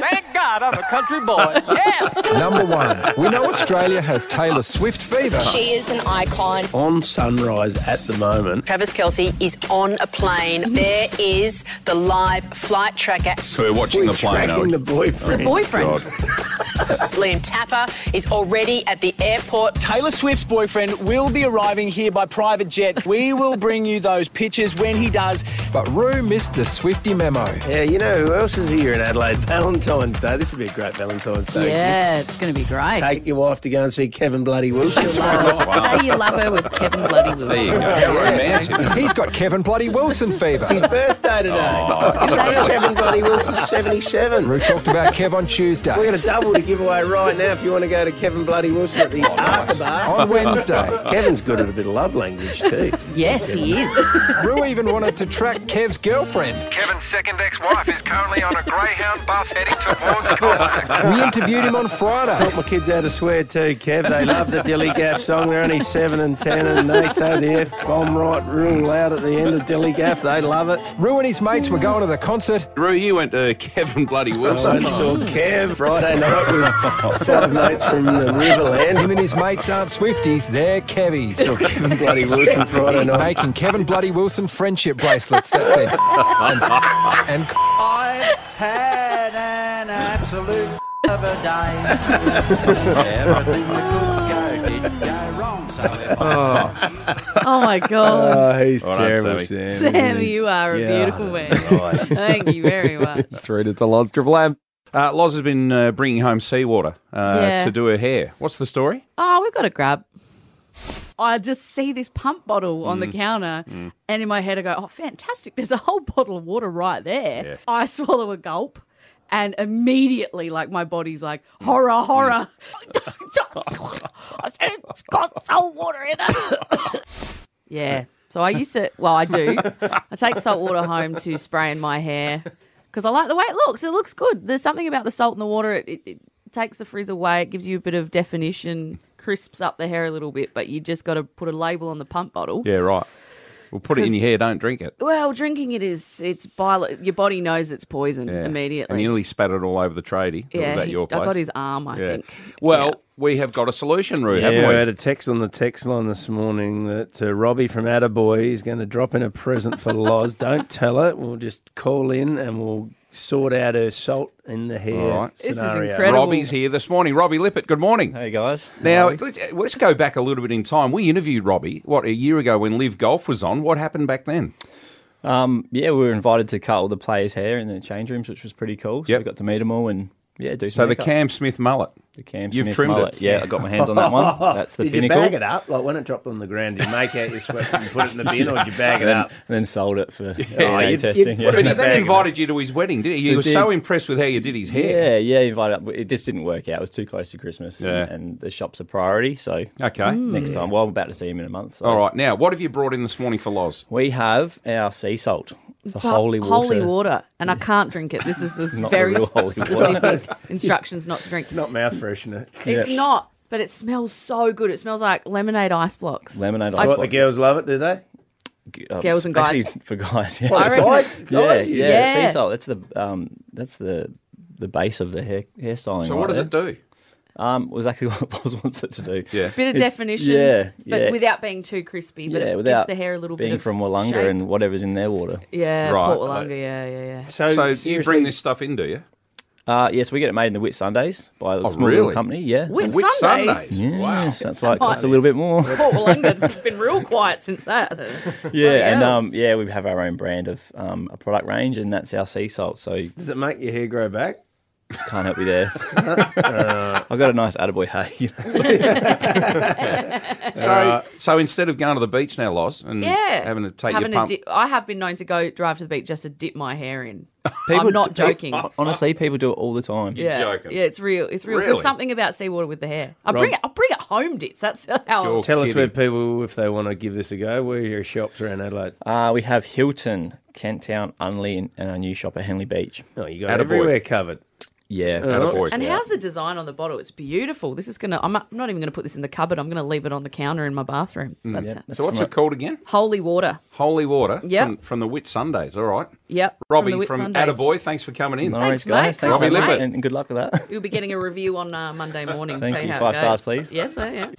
Speaker 3: Thank God I'm a country boy.
Speaker 2: Number one. We know Australia has Taylor Swift fever.
Speaker 15: She is an icon.
Speaker 4: on sunrise at the moment.
Speaker 15: Travis Kelsey is on a plane. There is the live flight tracker.
Speaker 13: So we're watching the plane.
Speaker 4: tracking
Speaker 13: Owen.
Speaker 4: the boyfriend.
Speaker 15: The boyfriend.
Speaker 6: Oh,
Speaker 13: God.
Speaker 15: Liam Tapper is already at the airport.
Speaker 16: Taylor Swift's boyfriend will be arriving here by private jet. We will bring you those pictures when he does.
Speaker 2: But Rue missed the Swifty memo.
Speaker 4: Yeah, you know who else is here in Adelaide? Valentine's Day. This would be a great Valentine's Day.
Speaker 5: Yeah, it's going to be great.
Speaker 4: Take your wife to go and see Kevin Bloody Wilson tomorrow night.
Speaker 5: Say you love her with Kevin Bloody Wilson.
Speaker 4: There you go.
Speaker 2: How
Speaker 4: romantic.
Speaker 2: He's got Kevin Bloody Wilson fever.
Speaker 4: It's his birthday today. Say [LAUGHS] Kevin Bloody Wilson's 77.
Speaker 2: Rue talked about Kev on Tuesday.
Speaker 4: We're going to double the giveaway right now if you want to go to Kevin Bloody Wilson at the Arca Bar.
Speaker 2: On Wednesday.
Speaker 4: Kevin's good at a bit of love language too.
Speaker 5: Yes, he is.
Speaker 2: Rue even wanted to track Kev's girlfriend.
Speaker 17: Kevin's second ex-wife is currently on a Greyhound bus heading towards
Speaker 2: We interviewed him on Friday.
Speaker 4: Taught my kids how to swear too, Kev. They love the Dilly Gaff song. They're only seven and ten, and they say the F bomb right real loud at the end of Dilly Gaff. They love it.
Speaker 2: Rue and his mates were going to the concert.
Speaker 6: Rue, you went to Kevin Bloody Wilson.
Speaker 4: I saw Kev Friday night [LAUGHS] with five mates from the Riverland.
Speaker 2: Him and his mates aren't Swifties, they're Kevies.
Speaker 4: Saw Kevin Bloody Wilson Friday night.
Speaker 2: Making Kevin Bloody Wilson friendship bracelets, that's it. And, and
Speaker 16: I've had an absolute of a day. Everything that could go did go wrong. So
Speaker 5: Oh my god.
Speaker 4: Oh, he's
Speaker 18: All right, Sammy.
Speaker 4: terrible, Sam.
Speaker 5: Sam, you are a
Speaker 4: Yeah.
Speaker 5: beautiful man. Thank you very much.
Speaker 6: Through to Loz Triple M. Uh, Loz has been uh, bringing home seawater uh,
Speaker 5: Yeah.
Speaker 6: to do her hair. What's the story?
Speaker 5: Oh, we've got to grab. I just see this pump bottle on the counter, and in my head, I go, Oh, fantastic. There's a whole bottle of water right there.
Speaker 19: Yeah.
Speaker 5: I swallow a gulp, and immediately, like, my body's like, Horror, horror. [LAUGHS] it's got salt water in it. yeah. So I used to, well, I do. I take salt water home to spray in my hair because I like the way it looks. It looks good. There's something about the salt in the water. It, it, it takes the frizz away. It gives you a bit of definition, crisps up the hair a little bit, but you just got to put a label on the pump bottle.
Speaker 6: Yeah, right. Well, put it in
Speaker 5: 'Cause-
Speaker 6: your hair. Don't drink it.
Speaker 5: Well, drinking it is, it's bile. Your body knows it's poison
Speaker 6: Yeah.
Speaker 5: immediately.
Speaker 6: And you nearly spat it all over the tradie. that
Speaker 5: Yeah,
Speaker 6: was at
Speaker 5: he-
Speaker 6: your
Speaker 5: I
Speaker 6: place.
Speaker 5: got his arm, I think.
Speaker 6: Well, we have got a solution, Rue,
Speaker 4: Yeah,
Speaker 6: haven't we?
Speaker 4: we had a text on the text line this morning that uh, Robbie from Attaboy is going to drop in a present
Speaker 18: [LAUGHS]
Speaker 4: for Loz. Don't tell her. We'll just call in and we'll sort out her salt in the hair.
Speaker 6: All right.
Speaker 4: scenario.
Speaker 6: Robbie's here this morning. Robbie Lippett, good morning. Hey,
Speaker 18: guys.
Speaker 6: Now,
Speaker 18: Hi.
Speaker 6: let's, let's go back a little bit in time. We interviewed Robbie, what, a year ago when Live Golf was on. What happened back then?
Speaker 18: Um, yeah, we were invited to cut all the players' hair in the change rooms, which was pretty cool. So we got to meet them all and yeah, do
Speaker 6: So
Speaker 18: some.
Speaker 6: the
Speaker 18: haircuts.
Speaker 6: Cam Smith mullet.
Speaker 18: The Cam
Speaker 6: You've
Speaker 18: Smith
Speaker 6: trimmed
Speaker 18: mullet.
Speaker 6: it.
Speaker 18: Yeah, I got my hands on that
Speaker 6: [LAUGHS]
Speaker 18: one. That's the
Speaker 4: did
Speaker 18: pinnacle.
Speaker 4: you bag it up? Like when it dropped on the ground, did you make out your sweat and put it in the bin, or
Speaker 18: [LAUGHS]
Speaker 4: did you bag
Speaker 18: And
Speaker 4: it
Speaker 18: then-
Speaker 4: up?
Speaker 18: And then sold it for
Speaker 4: [LAUGHS] Yeah.
Speaker 18: DNA
Speaker 4: Oh, you-
Speaker 18: testing.
Speaker 4: you
Speaker 18: yeah.
Speaker 4: put it in the
Speaker 6: But that invited you to his wedding, didn't he? You
Speaker 18: It
Speaker 6: were
Speaker 18: did.
Speaker 6: so impressed with how you did his hair.
Speaker 18: Yeah, yeah, he invited up. but It just didn't work out. It was too close to Christmas, and-
Speaker 6: Yeah.
Speaker 18: and, the shop's a priority. So
Speaker 6: Okay. Mm.
Speaker 18: next
Speaker 4: Hmm.
Speaker 18: time. Well, I'm about to see him in a month. so-
Speaker 6: All right, now, what have you brought in this morning for Loz?
Speaker 18: We have our sea salt for
Speaker 5: It's ho-
Speaker 18: holy water.
Speaker 5: Holy
Speaker 18: [LAUGHS]
Speaker 5: water. And I can't
Speaker 6: [LAUGHS]
Speaker 5: drink it. This is
Speaker 18: It's
Speaker 5: the
Speaker 18: not the
Speaker 5: very
Speaker 18: real
Speaker 5: sp-
Speaker 18: holy water.
Speaker 5: specific [LAUGHS] instructions not to drink. It's
Speaker 4: not mouth freshener.
Speaker 5: It's not, but it smells so good. It smells like lemonade ice blocks.
Speaker 18: Lemonade
Speaker 4: I
Speaker 18: ice
Speaker 4: what the
Speaker 18: blocks.
Speaker 4: girls love it, do they?
Speaker 18: Um,
Speaker 5: Girls and guys.
Speaker 18: actually, for guys. Yeah,
Speaker 5: Well, I
Speaker 18: It's
Speaker 5: reckon-
Speaker 18: like-
Speaker 4: Oh,
Speaker 18: yeah,
Speaker 5: guys,
Speaker 18: yeah,
Speaker 5: yeah.
Speaker 18: Sea salt. That's the um, that's the the base of the hair hairstyling.
Speaker 6: So what
Speaker 18: right
Speaker 6: does it
Speaker 18: there.
Speaker 6: do?
Speaker 18: Um, was exactly [LAUGHS] what Boz wants it to do. Yeah,
Speaker 5: Bit of definition,
Speaker 18: Yeah,
Speaker 5: but
Speaker 18: yeah.
Speaker 5: without being too crispy. But
Speaker 18: yeah,
Speaker 5: it
Speaker 18: without
Speaker 5: gives the hair a little
Speaker 18: being
Speaker 5: bit of
Speaker 18: from Wollonga
Speaker 5: shape.
Speaker 18: and whatever's in their water.
Speaker 5: yeah, Port Wollonga, yeah, yeah, yeah.
Speaker 6: So, you bring this stuff in, do you?
Speaker 18: Uh, yes, we get it made in the Whit Sundays by a small
Speaker 6: really?
Speaker 18: little company. Yeah,
Speaker 5: Whit Whit Sundays? [LAUGHS] Sundays?
Speaker 18: Yes,
Speaker 5: Wow.
Speaker 18: that's why it costs a little bit more. [LAUGHS]
Speaker 5: Port Wollonga has been real quiet since that.
Speaker 6: [LAUGHS]
Speaker 18: yeah, and um, yeah, we have our own brand of um, a product range, and that's our sea salt. So
Speaker 4: Does it make your hair grow back?
Speaker 18: can't help you there. [LAUGHS] uh, I got a nice attaboy hay. You know?
Speaker 6: So,
Speaker 18: Alright.
Speaker 6: so instead of going to the beach now, Loz, and
Speaker 5: yeah,
Speaker 6: having to take
Speaker 5: having
Speaker 6: your pump,
Speaker 5: a dip, I have been known to go drive to the beach just to dip my hair in.
Speaker 6: [LAUGHS]
Speaker 18: People
Speaker 5: I'm not
Speaker 18: do-
Speaker 5: joking.
Speaker 18: [LAUGHS] Honestly, people do it all the time.
Speaker 5: yeah, yeah, it's real. It's real.
Speaker 18: Really?
Speaker 5: There's something about seawater with the hair. I
Speaker 4: Rob-
Speaker 5: bring it. I bring it home, dits. That's how.
Speaker 4: Tell us where people, if they want to give this a go, where are your shops around Adelaide?
Speaker 18: Uh, we have Hilton, Kent Town, Unley, and, and our new shop at Henley Beach.
Speaker 4: Oh, you got everywhere covered.
Speaker 18: Yeah,
Speaker 5: And how's the design on the bottle? It's beautiful. This is gonna. I'm not, I'm not even gonna put this in the cupboard. I'm gonna leave it on the counter in my bathroom.
Speaker 6: Mm.
Speaker 5: That's
Speaker 6: Yeah,
Speaker 5: it.
Speaker 6: So what's it called again?
Speaker 5: Holy water.
Speaker 6: Holy water
Speaker 5: Yep.
Speaker 6: from, from the Whit Sundays. All right.
Speaker 5: Yep.
Speaker 6: Robbie
Speaker 5: the Whit
Speaker 6: from,
Speaker 5: Sundays.
Speaker 6: Attaboy, thanks for coming in.
Speaker 18: No worries, Thanks, guys. mate. Thanks for
Speaker 6: Robbie
Speaker 18: having me.
Speaker 6: Lippert.
Speaker 18: And good luck with that.
Speaker 5: You'll be getting a review on uh, Monday
Speaker 18: [LAUGHS]
Speaker 5: morning.
Speaker 18: Thank
Speaker 5: tell
Speaker 18: you.
Speaker 5: How
Speaker 18: Five
Speaker 5: it
Speaker 18: stars,
Speaker 5: goes.
Speaker 18: please.
Speaker 5: Yes, I am.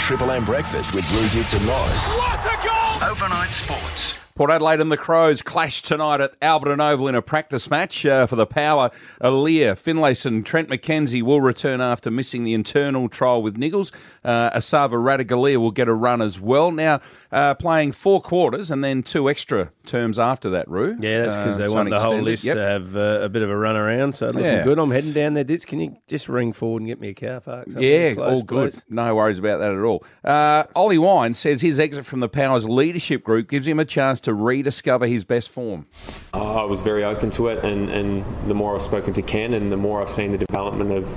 Speaker 2: Triple M breakfast with Blue Dits and Loz.
Speaker 17: What a goal! Overnight sports.
Speaker 6: Port Adelaide and the Crows clash tonight at Alberton Oval in a practice match uh, for the power. Aaliyah, Finlayson, Trent McKenzie will return after missing the internal trial with Nichols. Uh, Asava Radagalia will get a run as well. Now, uh, playing four quarters and then two extra terms after that, Roo.
Speaker 4: Yeah, that's because
Speaker 6: Uh,
Speaker 4: they
Speaker 6: so
Speaker 4: want the whole
Speaker 6: extended.
Speaker 4: list
Speaker 6: Yep.
Speaker 4: to have uh, a bit of a run around. So looking
Speaker 6: Yeah.
Speaker 4: good. I'm heading down there, Dits. Can you just ring forward and get me a car park? something
Speaker 6: Yeah,
Speaker 4: close,
Speaker 6: all good.
Speaker 4: please?
Speaker 6: No worries about that at all. Uh, Ollie Wine says his exit from the Powers leadership group gives him a chance to rediscover his best form.
Speaker 19: Uh, I was very open to it, and, and the more I've spoken to Ken and the more I've seen the development of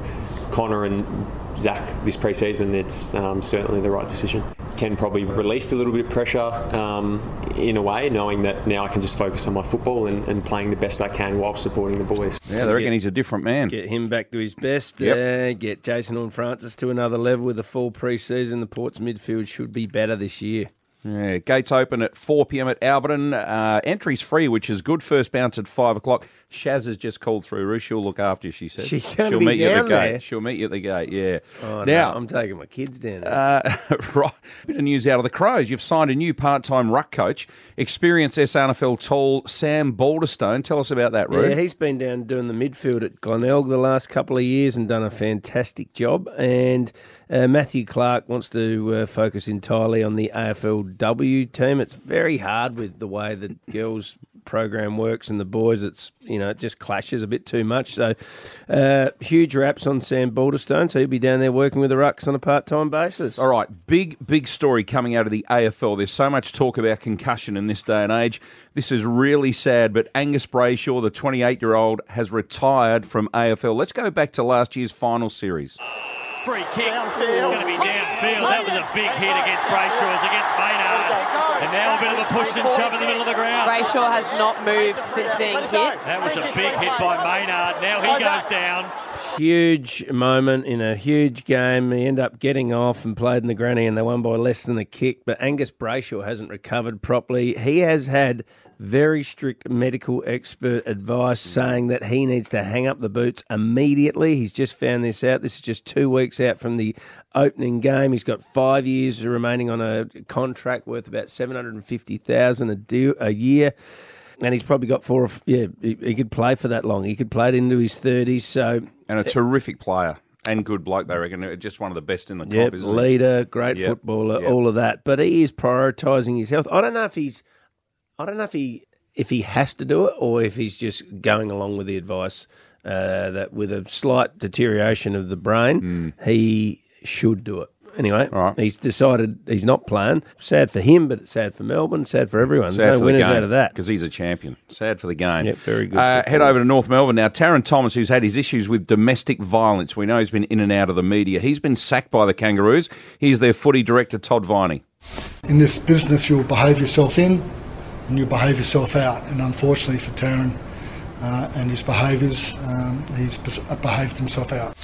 Speaker 19: Connor and Zach this preseason, it's um, certainly the right decision. Ken probably released a little bit of pressure um, in a way, knowing that now I can just focus on my football and, and playing the best I can while supporting the boys.
Speaker 6: Yeah, they reckon he's a different man.
Speaker 4: Get him back to his best.
Speaker 19: Yep.
Speaker 4: Uh, get Jason Horn Francis to another level with a full pre-season. The Port's midfield should be better this year.
Speaker 6: Yeah, gates open at 4 p.m. at Alberton. Uh, entry's free, which is good. First bounce at 5 o'clock. Shaz has just called through. Ruth, she'll look after you, she says.
Speaker 4: She gonna
Speaker 6: will
Speaker 4: be
Speaker 6: meet you at
Speaker 4: down
Speaker 6: the
Speaker 4: there?
Speaker 6: gate. She'll meet you at the gate, yeah.
Speaker 4: Oh,
Speaker 6: now,
Speaker 4: no, I'm taking my kids down there.
Speaker 6: Uh, [LAUGHS] right. Bit of news out of the Crows. You've signed a new part time ruck coach, experienced SNFL tall Sam Balderstone. Tell us about that, Roo.
Speaker 4: Yeah, he's been down doing the midfield at Glenelg the last couple of years and done a fantastic job. And uh, Matthew Clark wants to uh, focus entirely on the AFLW team. It's very hard with the way the girls' program works and the boys. It's you know it just clashes a bit too much. So uh, huge raps on Sam Balderstone. So he'll be down there working with the rucks on a part time basis.
Speaker 6: All right, big, big story coming out of the AFL. There's so much talk about concussion in this day and age. This is really sad, but Angus Brayshaw, the 28 year old, has retired from AFL. Let's go back to last year's final series.
Speaker 20: Free kick. It's going to be downfield. That was a big hit against Brayshaw's, against Maynard. And now a bit of a push and shove in the middle of the ground.
Speaker 21: Brayshaw has not moved since being hit.
Speaker 20: That was a big hit by Maynard. Now he goes down.
Speaker 4: huge moment in a huge game. He ended up getting off and played in the granny, and they won by less than a kick. But Angus Brayshaw hasn't recovered properly. He has had very strict medical expert advice saying that he needs to hang up the boots immediately. He's just found this out. This is just two weeks out from the opening game. He's got five years remaining on a contract worth about seven hundred and fifty thousand a deal a year and he's probably got four. Or f- yeah, he, he could play for that long. He could play it into his thirties. So
Speaker 6: And a terrific player and good bloke, they reckon. Just one of the best in the
Speaker 4: Yep,
Speaker 6: club, isn't he?
Speaker 4: leader, great
Speaker 6: Yep,
Speaker 4: footballer,
Speaker 6: yep.
Speaker 4: all of that. But he is prioritising his health. I don't know if he's, I don't know if he if he has to do it or if he's just going along with the advice uh, that with a slight deterioration of the
Speaker 6: Hmm.
Speaker 4: brain, he should do it. Anyway, he's decided he's not playing. Sad for him, but it's sad for Melbourne. Sad for everyone.
Speaker 6: Sad
Speaker 4: There's no
Speaker 6: for the
Speaker 4: winners
Speaker 6: game,
Speaker 4: out of that.
Speaker 6: because he's a champion. Sad for the game.
Speaker 4: Yep, very good.
Speaker 6: Uh, head over to North Melbourne now. Taryn Thomas, who's had his issues with domestic violence, we know he's been in and out of the media. He's been sacked by the Kangaroos. He's their footy director, Todd Viney.
Speaker 22: in this business you'll behave yourself in and you'll behave yourself out and unfortunately for Taryn uh, and his behaviours um, he's bes- behaved himself out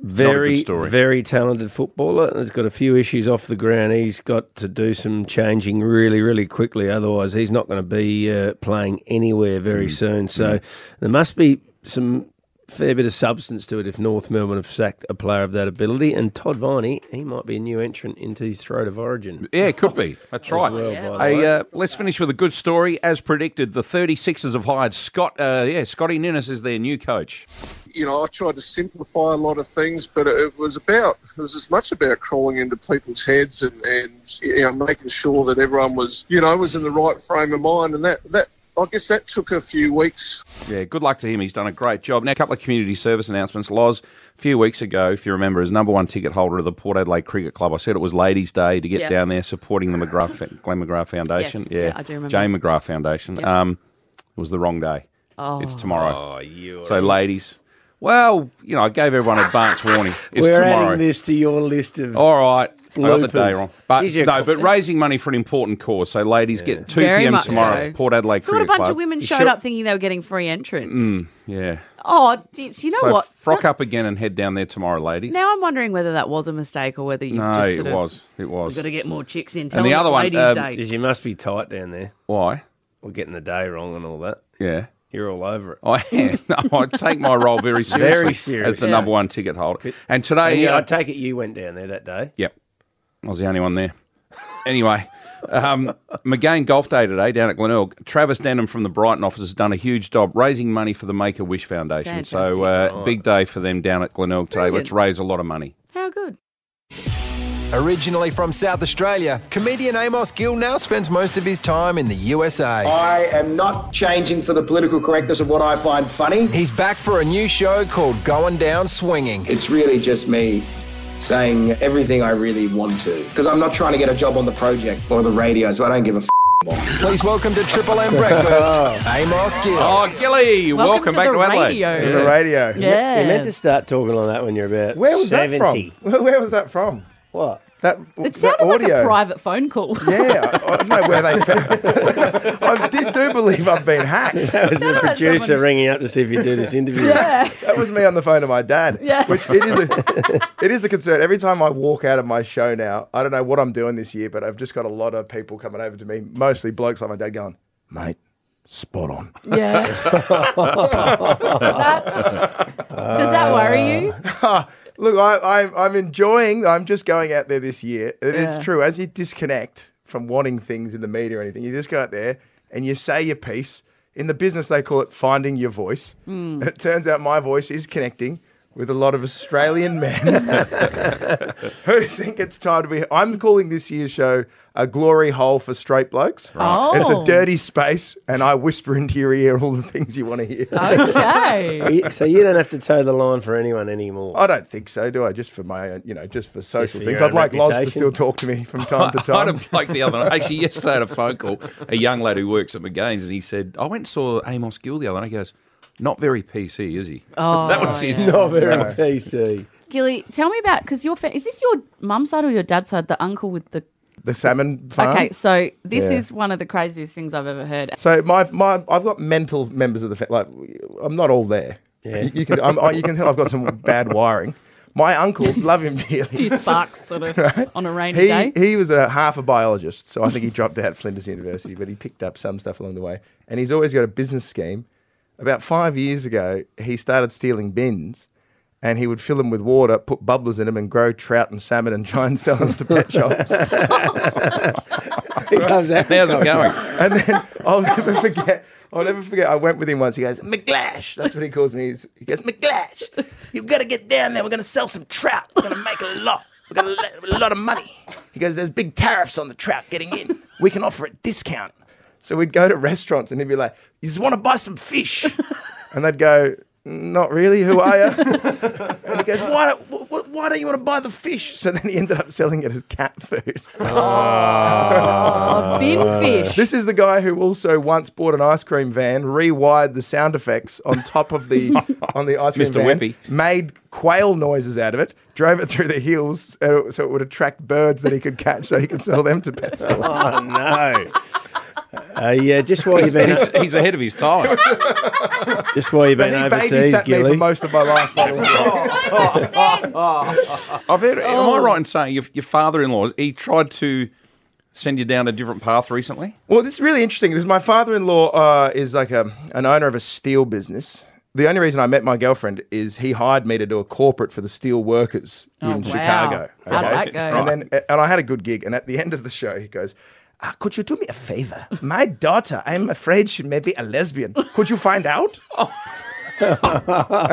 Speaker 4: very very talented footballer. He's got a few issues off the ground. He's got to do some changing really really quickly. Otherwise, he's
Speaker 6: Hmm.
Speaker 4: not going to be uh, playing anywhere very soon. So there must be some fair bit of substance to it if North Melbourne have sacked a player of that ability. And Todd Viney, he might be a new entrant into his throat of origin.
Speaker 6: Yeah, it could be. [LAUGHS] That's
Speaker 4: As
Speaker 6: right.
Speaker 4: well, by the
Speaker 6: A,
Speaker 4: way.
Speaker 6: uh, let's finish with a good story. As predicted, the 36ers have hired Scott. Uh, yeah, Scotty Ninnis is their new coach.
Speaker 1: you know, I tried to simplify a lot of things, but it, it was about it was as much about crawling into people's heads and, and you know making sure that everyone was you know was in the right frame of mind, and that that I guess that took a few weeks.
Speaker 6: Yeah, good luck to him. He's done a great job. Now, a couple of community service announcements. Loz, a few weeks ago, if you remember, as number one ticket holder of the Port Adelaide Cricket Club, I said it was Ladies' Day to get
Speaker 5: Yeah.
Speaker 6: down there supporting the McGrath, Glenn McGrath Foundation.
Speaker 5: Yes, yeah, I do remember.
Speaker 6: Jane McGrath Foundation.
Speaker 5: Yep.
Speaker 6: Um, it was the wrong day.
Speaker 5: Oh.
Speaker 6: It's tomorrow.
Speaker 4: Oh, you
Speaker 6: so,
Speaker 4: are-
Speaker 6: ladies, well, you know, I gave everyone
Speaker 5: [LAUGHS]
Speaker 6: advance warning. It's
Speaker 4: We're
Speaker 6: tomorrow.
Speaker 4: adding this to your list of.
Speaker 6: All right. I got the
Speaker 4: Bloopers.
Speaker 6: day wrong. But,
Speaker 4: Geez, you're-
Speaker 6: no, but raising money for an important cause. So, ladies, get 2
Speaker 5: Very
Speaker 6: p.m.
Speaker 5: much
Speaker 6: tomorrow,
Speaker 5: so.
Speaker 6: Port Adelaide
Speaker 5: So what a
Speaker 6: Cricket
Speaker 5: bunch
Speaker 6: Club.
Speaker 5: of women
Speaker 6: You
Speaker 5: showed
Speaker 6: sure-
Speaker 5: up thinking they were getting free entrance.
Speaker 6: Mm, yeah.
Speaker 5: Oh, it's, you know
Speaker 6: so
Speaker 5: what?
Speaker 6: frock up again and head down there tomorrow, ladies.
Speaker 5: Now I'm wondering whether that was a mistake or whether you
Speaker 6: no,
Speaker 5: just
Speaker 6: it
Speaker 5: sort of
Speaker 6: was. It was.
Speaker 5: We've got to get more chicks in. Tell
Speaker 6: And the
Speaker 5: them
Speaker 6: other
Speaker 5: it's
Speaker 6: one,
Speaker 5: ladies'
Speaker 6: um,
Speaker 5: day.
Speaker 4: Geez, you must be tight down there.
Speaker 6: Why?
Speaker 4: We're getting the day wrong and all that.
Speaker 6: Yeah.
Speaker 4: You're all over it.
Speaker 6: I am. [LAUGHS] No, I take my role very seriously.
Speaker 4: Very
Speaker 6: As the
Speaker 4: seriously.
Speaker 6: number one ticket holder. And today.
Speaker 4: And yeah,
Speaker 6: uh,
Speaker 4: I take it you went down there that day.
Speaker 6: Yep. I was the only one there. Anyway, um, McGain Golf Day today down at Glenelg. Travis Denham from the Brighton office has done a huge job raising money for the Make a Wish Foundation. So,
Speaker 2: Fantastic.
Speaker 6: uh, big day for them down at Glenelg today.
Speaker 2: Brilliant.
Speaker 6: Let's raise a lot of money.
Speaker 5: How good.
Speaker 2: Originally from South Australia, comedian Amos Gill now spends most of his time in the USA.
Speaker 23: I am not changing for the political correctness of what I find funny.
Speaker 2: He's back for a new show called Going Down Swinging.
Speaker 23: It's really just me saying everything I really want to because I'm not trying to get a job on the project or the radio, so I don't give a f-
Speaker 2: Please welcome to Triple M Breakfast, Amos Gill.
Speaker 6: Oh, Gilly,
Speaker 23: Welcome welcome to back the to Adelaide. radio.
Speaker 4: Yeah.
Speaker 23: The radio.
Speaker 4: You meant to
Speaker 23: Yes.
Speaker 4: start talking on that when you're about
Speaker 23: Where was that
Speaker 4: 70.
Speaker 23: from? Where, where was that from?
Speaker 4: What?
Speaker 23: That
Speaker 5: It sounded like a private phone call.
Speaker 23: Yeah, I don't know where they. [LAUGHS] I did, do believe I've been hacked.
Speaker 4: That was the producer ringing up to see if you do this interview.
Speaker 23: That was me on the phone to my dad.
Speaker 4: Yeah.
Speaker 23: Which it is a it is a concern. Every time I walk out of my show now, I don't know what I'm doing this year, but I've just got a lot of people coming over to me, mostly blokes like my dad going, mate, spot on.
Speaker 5: Yeah. does that worry you?
Speaker 23: Look, I, I, I'm enjoying, I'm just going out there this year. and
Speaker 5: Yeah.
Speaker 23: It's true. As you disconnect from wanting things in the media or anything, you just go out there and you say your piece. In the business, they call it finding your voice.
Speaker 5: Hmm.
Speaker 10: Mm.
Speaker 23: It turns out my voice is connecting with a lot of Australian
Speaker 5: [LAUGHS]
Speaker 23: men who think it's time to be. I'm calling this year's show a glory hole for straight blokes.
Speaker 10: Right.
Speaker 23: It's a
Speaker 10: Oh.
Speaker 23: dirty space, and I whisper into your ear all the things you want to hear.
Speaker 5: [LAUGHS]
Speaker 4: You- so you don't have to toe the line for anyone anymore.
Speaker 23: I don't think so, do I? Just for my own, you know, just for social
Speaker 4: for
Speaker 23: things.
Speaker 4: your
Speaker 23: I'd
Speaker 4: own
Speaker 23: like Loz to
Speaker 4: reputation.
Speaker 23: still talk to me from
Speaker 6: [LAUGHS]
Speaker 4: [LAUGHS]
Speaker 23: time to
Speaker 6: I had
Speaker 23: time.
Speaker 6: a bloke the other night. Actually, yesterday I had a phone call. A young lad who works at McGain's, and he said, "I went and saw Amos Gill the other night." He goes, "Not very PC, is he?" [LAUGHS]
Speaker 5: Oh,
Speaker 6: that was his.
Speaker 5: yeah. Not
Speaker 4: very PC.
Speaker 5: Gilly, tell me about because your fa- is this your mum's side or your dad's side? The uncle with the
Speaker 23: the salmon farm.
Speaker 5: okay. So this
Speaker 23: Yeah.
Speaker 5: is one of the craziest things I've ever heard. [LAUGHS]
Speaker 23: So my my I've got mental members of the family. Like I'm not all there.
Speaker 5: Yeah.
Speaker 23: You, you can I'm, I, you can tell I've got some bad wiring. My uncle, [LAUGHS] love him dearly.
Speaker 5: Few sparks
Speaker 23: [LAUGHS]
Speaker 5: sort of on a rainy
Speaker 23: He,
Speaker 5: day.
Speaker 23: he was a half a biologist, so I think he dropped out of Flinders University, but he picked up some stuff along the way. And he's always got a business scheme. About five years ago, he started stealing bins and he would fill them with water, put bubblers in them, and grow trout and salmon and try and sell them to pet [LAUGHS] shops.
Speaker 4: He loves that.
Speaker 23: How's it going? And then I'll never forget. I'll never forget. I went with him once. He goes, McGlash. That's what he calls me. He's, he goes, McGlash. You've got to get down there. We're going to sell some trout. We're going to make a lot. We're going to let a lot of money. He goes, There's big tariffs on the trout getting in. We can offer a discount. So we'd go to restaurants and he'd be like, You just want to buy some fish? and they'd go, Not really. Who are you? and he goes, why don't, wh- wh- why don't you want to buy the fish? So then he ended up selling it as cat food.
Speaker 5: Oh, bin fish.
Speaker 23: This is the guy who also once bought an ice cream van, rewired the sound effects on top of
Speaker 4: [LAUGHS]
Speaker 23: the on the ice cream
Speaker 6: Mr.
Speaker 23: van,
Speaker 6: Whippy.
Speaker 23: made quail noises out of it, drove it through the hills uh, so it would attract birds that he could catch, so he could sell them to pet stores.
Speaker 4: Oh no. Uh, yeah, just while you've been
Speaker 6: He's, he's ahead of his
Speaker 23: [LAUGHS]
Speaker 6: time.
Speaker 4: just while you've been
Speaker 23: he
Speaker 4: overseas,
Speaker 23: babysat me
Speaker 4: Gilly.
Speaker 23: for most of my life. by the way.
Speaker 6: I've heard. Am I
Speaker 23: Oh.
Speaker 6: right in saying your, your father-in-law? He tried to send you down a different path recently.
Speaker 23: Well, this is really interesting because my father-in-law uh, is like a, an owner of a steel business, the only reason I met my girlfriend is he hired me to do a corporate for the steel workers
Speaker 5: Oh,
Speaker 23: in
Speaker 5: wow.
Speaker 23: Chicago.
Speaker 5: How'd that go?
Speaker 23: And then and I had a good gig. And at the end of the show, he goes, ah, "Could you do me a favor? My daughter, I'm afraid she may be a lesbian. Could you find out?" and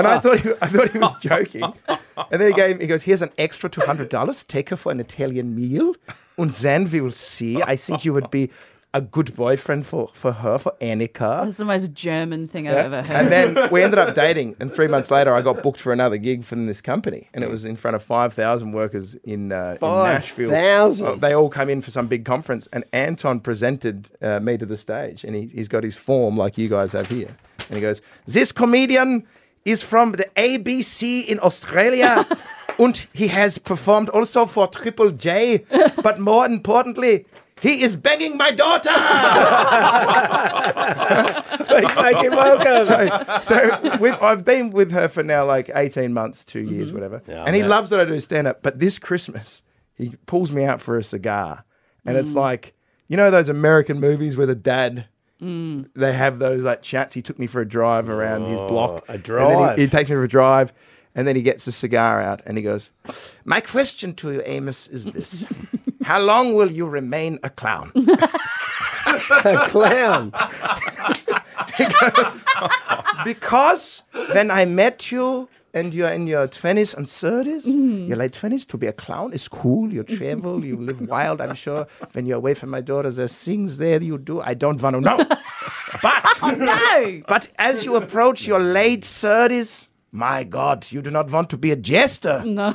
Speaker 23: I thought he, I thought he was joking. And then he gave he goes, "Here's an extra two hundred dollars. Take her for an Italian meal, and then we will see. I think you would be." A good boyfriend for, for her, for Annika.
Speaker 5: That's the most German thing I've
Speaker 23: Yeah.
Speaker 5: ever heard.
Speaker 23: And then we ended up dating, and three months later, I got booked for another gig from this company, and it was in front of five thousand workers in, uh, in Nashville.
Speaker 4: 5,000?
Speaker 23: Uh, They all come in for some big conference, and Anton presented uh, me to the stage, and he, he's got his form like you guys have here, and he goes, "This comedian is from the ABC in Australia." And he has performed also for Triple J, but more importantly, he is banging my daughter.
Speaker 4: [LAUGHS] Make him welcome.
Speaker 23: So, so we've, I've been with her for now like 18 months, 2 years, whatever. and he
Speaker 4: Mm-hmm. yeah.
Speaker 23: loves that I do stand up. But this Christmas, he pulls me out for a cigar. And it's
Speaker 4: Mm.
Speaker 23: like, you know, those American movies where the dad.
Speaker 4: Mm.
Speaker 23: They have those like chats. He took me for a drive around his block.
Speaker 4: Oh, a
Speaker 23: And then
Speaker 4: drive.
Speaker 23: he, he takes me for a drive, and then he gets a cigar out and he goes, "My question to you, Amos, is
Speaker 4: [LAUGHS]
Speaker 23: this: How long will you remain a clown?"
Speaker 4: a clown.
Speaker 23: because when I met you and you're in your 20s and 30s, your late 20s, to be a clown is cool. You travel, you live wild, I'm sure. When you're away from my daughter, there's things there you do I don't want to
Speaker 4: [LAUGHS]
Speaker 23: know. But, [LAUGHS]
Speaker 4: Oh,
Speaker 23: but as you approach your late 30s, my God, you do not want to be a jester.
Speaker 5: No.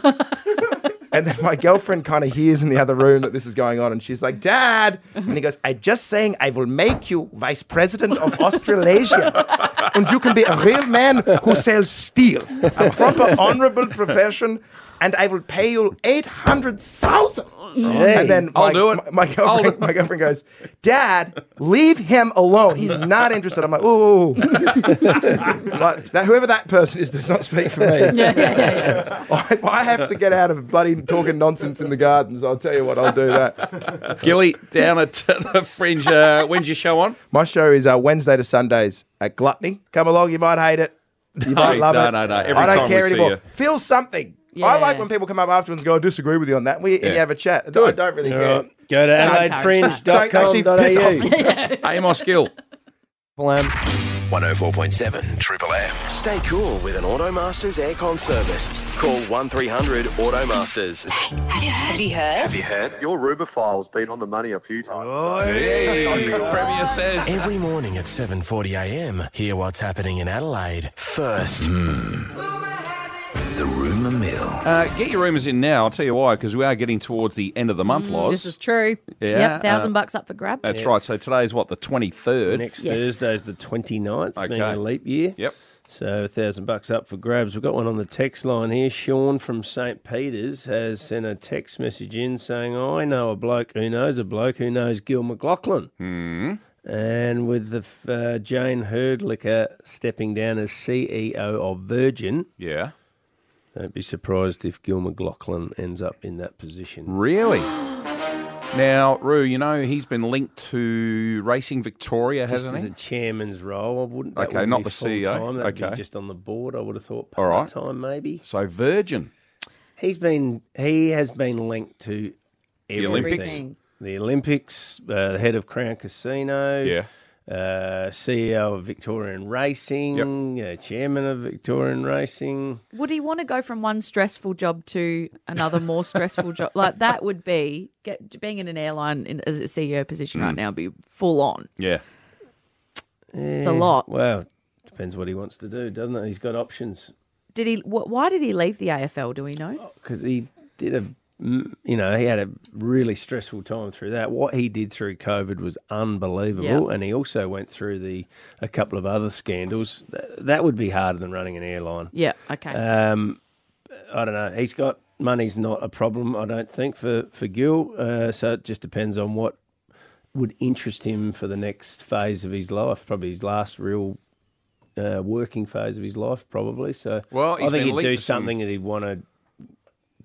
Speaker 23: And then my girlfriend kind of hears in the other room that this is going on, and she's like, "Dad," and he goes, "I just saying I will make you vice president of Australasia, and you can be a real man who sells steel, a proper honourable profession, and I will pay you eight hundred thousand.
Speaker 4: Hey,
Speaker 23: And then my,
Speaker 4: I'll do it. [LAUGHS]
Speaker 23: My, my
Speaker 4: I'll
Speaker 23: girlfriend, my girlfriend goes, "Dad, leave him alone. He's not interested." I'm like,
Speaker 4: [LAUGHS]
Speaker 23: "Ooh, like, that, whoever that person is does not speak for me."
Speaker 4: Yeah, yeah,
Speaker 23: if [LAUGHS] I have to get out of bloody talking nonsense in the gardens, I'll tell you what, I'll do that.
Speaker 6: Gilly, down [LAUGHS] at the fringe. Uh, when's your show on?
Speaker 23: My show is uh, Wednesday to Sundays at Gluttony. Come along, you might hate it. You
Speaker 6: No,
Speaker 23: might love
Speaker 6: no,
Speaker 23: it.
Speaker 6: no, no. Every
Speaker 23: I don't
Speaker 6: time we
Speaker 23: care
Speaker 6: see
Speaker 23: anymore.
Speaker 6: you.
Speaker 23: Feel something. I like when people come up afterwards and go, I disagree with you on that. We and
Speaker 6: Yeah.
Speaker 23: you have a chat. I don't-
Speaker 6: [LAUGHS]
Speaker 23: I don't really
Speaker 4: All
Speaker 23: care.
Speaker 4: right. Go to
Speaker 23: Don't encourage that. Don't actually piss off.
Speaker 6: Amos Gill.
Speaker 2: Triple M. 104.7 Triple M. Stay cool with an Automasters aircon service. Call 1300 Automasters.
Speaker 15: Have you heard? Have
Speaker 2: you
Speaker 15: you heard?
Speaker 2: heard?
Speaker 7: Your Rubophile's been on the money a few times.
Speaker 6: Premier says.
Speaker 2: Every morning at 7.40am, hear what's happening in Adelaide first. Hmm. The Rumour Mill.
Speaker 6: Uh, get your rumours in now. I'll tell you why, because we are getting towards the end of the month, Loz.
Speaker 5: Mm, This is true.
Speaker 6: Yeah,
Speaker 5: Yep, thousand
Speaker 6: uh,
Speaker 5: bucks up for grabs.
Speaker 6: That's right. So today's what, the 23rd?
Speaker 4: Next
Speaker 5: Yes.
Speaker 4: Thursday's the 29th, being
Speaker 6: Okay.
Speaker 4: a leap year.
Speaker 6: Yep.
Speaker 4: So a thousand bucks up for grabs. We've got one on the text line here. Sean from St. Peter's has sent a text message in saying, I know a bloke who knows a bloke who knows Gil McLaughlin. And with the f- uh, Jane Herdlicker stepping down as CEO of Virgin.
Speaker 6: Yeah.
Speaker 4: Don't be surprised if Gil McLaughlin ends up in that position.
Speaker 6: Really? Now, Rue, you know he's been linked to Racing Victoria,
Speaker 4: Just
Speaker 6: hasn't
Speaker 4: as
Speaker 6: he?
Speaker 4: a chairman's role, I wouldn't. That
Speaker 6: Okay,
Speaker 4: wouldn't
Speaker 6: not
Speaker 4: be
Speaker 6: the CEO.
Speaker 4: full-time, That'd be
Speaker 6: Okay.
Speaker 4: just on the board. I would have thought
Speaker 6: All
Speaker 4: part
Speaker 6: right.
Speaker 4: time, maybe.
Speaker 6: So Virgin.
Speaker 4: He's been he has been linked to
Speaker 6: The
Speaker 4: everything.
Speaker 6: Olympics.
Speaker 4: The Olympics, uh, head of Crown Casino,
Speaker 6: Yeah.
Speaker 4: uh, CEO of Victorian Racing, uh, chairman of Victorian Racing.
Speaker 5: Would he want to go from one stressful job to another more stressful [LAUGHS] job? Like that would be get, being in an airline in, as a CEO position
Speaker 6: Hmm.
Speaker 5: right
Speaker 4: Mm.
Speaker 5: now would be full on.
Speaker 6: Yeah.
Speaker 5: It's a lot.
Speaker 4: Well, depends what he wants to do, doesn't it? He's got options.
Speaker 5: Did he? Wh- why did he leave the AFL? Do we know?
Speaker 4: because he did a mm, you know he had a really stressful time through that what he did through covid was unbelievable
Speaker 5: Yeah.
Speaker 4: and he also went through the a couple of other scandals Th- that would be harder than running an airline
Speaker 5: Yeah, okay.
Speaker 4: um i don't know he's got money's not a problem i don't think for for gil uh, so it just depends on what would interest him for the next phase of his life probably his last real uh, working phase of his life probably so
Speaker 6: Well,
Speaker 4: i
Speaker 6: he's been
Speaker 4: think he'd
Speaker 6: linked to
Speaker 4: do
Speaker 6: some-
Speaker 4: something that he'd want to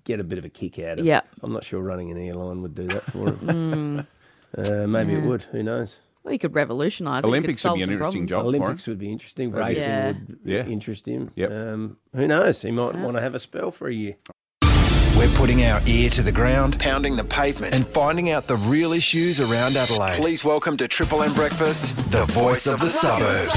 Speaker 4: get a bit of a kick out of.
Speaker 5: Yeah. [LAUGHS]
Speaker 4: I'm not sure running an airline would do that for him.
Speaker 5: Mm.
Speaker 4: uh, maybe it
Speaker 5: Yeah.
Speaker 4: would. Who knows?
Speaker 5: Well, you could revolutionise. it. You could solve some problems.
Speaker 4: Olympics would be interesting.
Speaker 5: That'd be-
Speaker 4: Racing
Speaker 5: Yeah.
Speaker 4: would interest him. Um, who knows? He might
Speaker 2: Yeah.
Speaker 4: want to have a spell for a year.
Speaker 2: We're putting our ear to the ground, pounding the pavement, and finding out the real issues around Adelaide. Please welcome to Triple M Breakfast, the voice of the suburbs.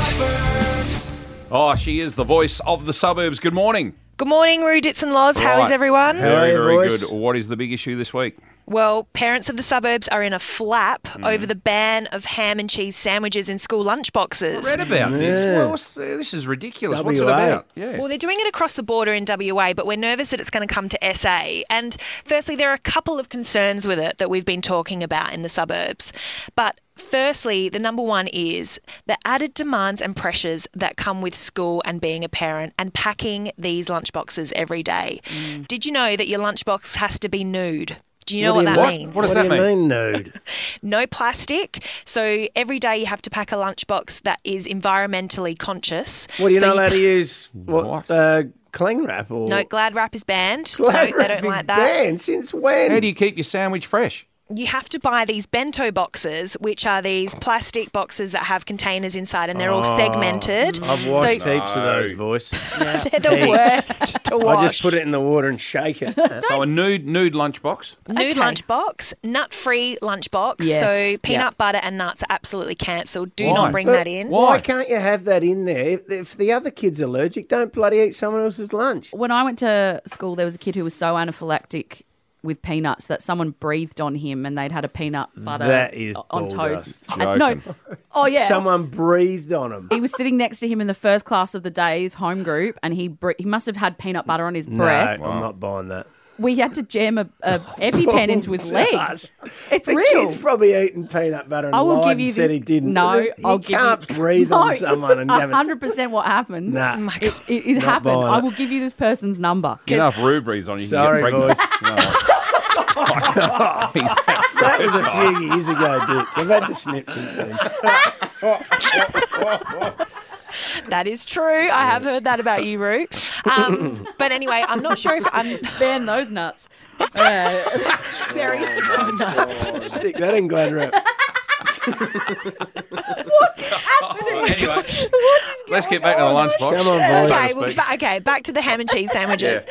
Speaker 6: Oh, she is the voice of the suburbs. Good morning.
Speaker 24: Good morning, Roo Dits and Laws. How is
Speaker 6: Right.
Speaker 24: everyone?
Speaker 6: Very, very good. What is the big issue this week?
Speaker 24: Well, parents of the suburbs are in a flap over the ban of ham and cheese sandwiches in school lunchboxes.
Speaker 6: Read about
Speaker 4: Yeah.
Speaker 6: this. Well, what's the- this is ridiculous. What's it
Speaker 4: WA.
Speaker 6: about? Yeah.
Speaker 24: Well, they're doing it across the border in WA, but we're nervous that it's going to come to SA. And firstly, there are a couple of concerns with it that we've been talking about in the suburbs. But firstly, the number one is the added demands and pressures that come with school and being a parent and packing these lunchboxes every day. Did you know that your lunchbox has to be nude? Do you know what,
Speaker 4: do
Speaker 24: that means?
Speaker 4: Mm. What does that mean? Nude.
Speaker 24: no plastic. So every day you have to pack a lunchbox that is environmentally conscious.
Speaker 4: What are you
Speaker 24: So
Speaker 4: not allowed
Speaker 24: you
Speaker 4: to
Speaker 5: [LAUGHS]
Speaker 4: use? What? Uh, cling wrap or
Speaker 24: no, Glad wrap is banned.
Speaker 4: Glad [LAUGHS]
Speaker 24: no,
Speaker 4: wrap
Speaker 24: they don't
Speaker 4: is
Speaker 24: like that.
Speaker 4: banned? Since when?
Speaker 6: How do you keep your sandwich fresh?
Speaker 24: You have to buy these bento boxes, which are these plastic boxes that have containers inside, and they're all
Speaker 4: Oh,
Speaker 24: segmented.
Speaker 4: I've watched
Speaker 24: So-
Speaker 4: heaps of those voice.
Speaker 24: [LAUGHS] They're the worst
Speaker 4: [LAUGHS]
Speaker 24: to
Speaker 4: I
Speaker 24: wash.
Speaker 4: just put it in the water and shake it.
Speaker 6: so a nude nude lunchbox.
Speaker 24: Nude lunchbox, nut-free lunchbox.
Speaker 4: Yes, yeah.
Speaker 24: So peanut butter and nuts are absolutely cancelled. Do
Speaker 4: Why?
Speaker 24: not bring
Speaker 4: But
Speaker 24: that in.
Speaker 4: Why can't you have that in there? If, if the other kid's allergic, don't bloody eat someone else's lunch.
Speaker 5: When I went to school, there was a kid who was so anaphylactic with peanuts that someone breathed on him, and they'd had a peanut butter
Speaker 4: that is
Speaker 5: on toast.
Speaker 4: bulldust.
Speaker 5: And no, oh yeah.
Speaker 4: someone breathed on him.
Speaker 5: he was sitting next to him in the first class of the day home group, and he bre- he must have had peanut butter on his breath.
Speaker 4: No, I'm not buying that.
Speaker 5: We had to jam a,
Speaker 4: [LAUGHS]
Speaker 5: a EpiPen into his leg.
Speaker 4: Bulldust.
Speaker 5: It's
Speaker 4: the
Speaker 5: real.
Speaker 4: kid's probably eating peanut butter and
Speaker 5: I will
Speaker 4: lied
Speaker 5: give you
Speaker 4: and said
Speaker 5: this.
Speaker 4: he didn't.
Speaker 5: No,
Speaker 4: There's-
Speaker 5: I'll
Speaker 4: you
Speaker 5: give
Speaker 4: can't
Speaker 5: you.
Speaker 4: breathe
Speaker 5: [LAUGHS] no,
Speaker 4: on someone and have
Speaker 5: [LAUGHS]
Speaker 4: it.
Speaker 5: hundred percent what happened.
Speaker 4: Nah. Oh
Speaker 5: it, it, it
Speaker 4: Not
Speaker 5: happened.
Speaker 4: buying
Speaker 5: I
Speaker 4: it.
Speaker 5: will give you this person's number.
Speaker 6: Get enough rubies on you.
Speaker 4: Sorry,
Speaker 6: you can [LAUGHS] get pregnant.
Speaker 4: boys.
Speaker 24: [LAUGHS]
Speaker 4: That was a
Speaker 5: [LAUGHS]
Speaker 4: few years ago, Dix. I've had the snip since then.
Speaker 24: That is true. I have heard that about you, Roo.
Speaker 5: [LAUGHS]
Speaker 24: Um, but anyway, I'm not sure if I'm
Speaker 5: ban those nuts. Uh,
Speaker 24: Very
Speaker 4: Stick that in Glad Wrap.
Speaker 6: anyway, let's get back to the lunchbox.
Speaker 4: Come
Speaker 6: so
Speaker 4: on,
Speaker 6: to
Speaker 24: Okay, well,
Speaker 6: speak.
Speaker 24: ba- okay, back to the ham and cheese sandwiches.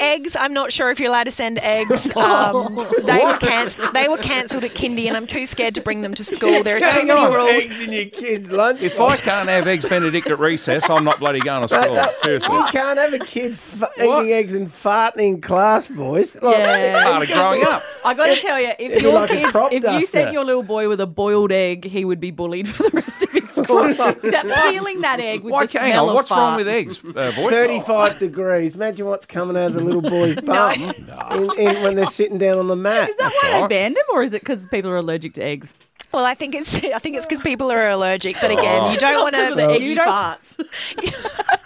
Speaker 24: Eggs, I'm not sure if you're allowed to
Speaker 5: [LAUGHS]
Speaker 24: send eggs.
Speaker 5: Oh.
Speaker 24: Um, they, were canc- they were cancelled at kindy, and I'm too scared to bring them to school. There are too
Speaker 4: Hang
Speaker 24: many
Speaker 4: on,
Speaker 24: rules.
Speaker 6: [LAUGHS]
Speaker 4: eggs in your kid's lunch.
Speaker 6: If I can't have eggs Benedict at recess, I'm not bloody going to school. Seriously.
Speaker 4: You can't have a kid f- eating eggs and farting in class, boys.
Speaker 5: Yeah.
Speaker 6: Part of growing up.
Speaker 5: I got to tell you,
Speaker 4: It'd
Speaker 5: if
Speaker 4: be
Speaker 5: your
Speaker 4: like a
Speaker 5: kid,
Speaker 4: crop
Speaker 5: if you
Speaker 4: duster.
Speaker 5: sent your little boy with a boiled egg, he would be bullied for the rest of his school.
Speaker 4: [LAUGHS]
Speaker 5: that, peeling that egg with
Speaker 6: Why
Speaker 5: the
Speaker 6: can't-
Speaker 5: smell
Speaker 6: hang on,
Speaker 5: of
Speaker 6: what's wrong
Speaker 5: fart.
Speaker 6: with eggs, uh,
Speaker 4: [LAUGHS]
Speaker 6: boys?
Speaker 4: 35 degrees. Imagine what's coming out of the little boy's
Speaker 5: [LAUGHS]
Speaker 4: bum in, in, when they're sitting down on the mat.
Speaker 5: Is that why they banned him, or is it because people are allergic to eggs?
Speaker 24: Well, I think it's I think it's because people are allergic. But again, you don't want
Speaker 5: Oh. Because of the
Speaker 24: to.
Speaker 5: egg
Speaker 24: You don't.
Speaker 5: farts.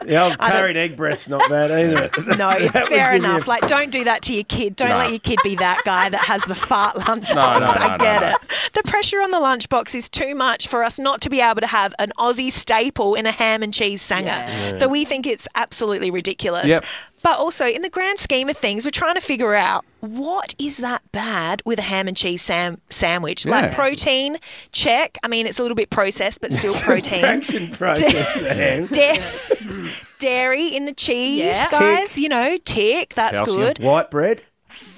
Speaker 4: Yeah, old
Speaker 24: I don't-
Speaker 4: carried egg breath's not bad either. [LAUGHS]
Speaker 24: No,
Speaker 4: That would
Speaker 24: fair
Speaker 4: give you a-
Speaker 24: enough. Like, don't do that to your kid. Don't
Speaker 4: No.
Speaker 24: let your kid be that guy that has the fart
Speaker 4: [LAUGHS]
Speaker 24: lunchbox.
Speaker 4: No, no, no,
Speaker 24: I
Speaker 4: no,
Speaker 24: get
Speaker 4: no.
Speaker 24: it. The pressure on the lunchbox is too much for us not to be able to have an Aussie staple in a ham and cheese sanger.
Speaker 11: Yeah.
Speaker 24: So we think it's absolutely ridiculous.
Speaker 11: Yep.
Speaker 24: But also, in the grand scheme of things, we're trying to figure out what is that bad with a ham and cheese sam- sandwich? Like
Speaker 4: Yeah.
Speaker 24: protein, check. I mean, it's a little bit processed,
Speaker 4: [LAUGHS]
Speaker 24: but still protein.
Speaker 4: Fraction process
Speaker 24: [LAUGHS]
Speaker 4: there.
Speaker 24: Dairy, dairy in the cheese,
Speaker 5: Yeah.
Speaker 24: guys. You know, tick. That's good.
Speaker 4: White bread.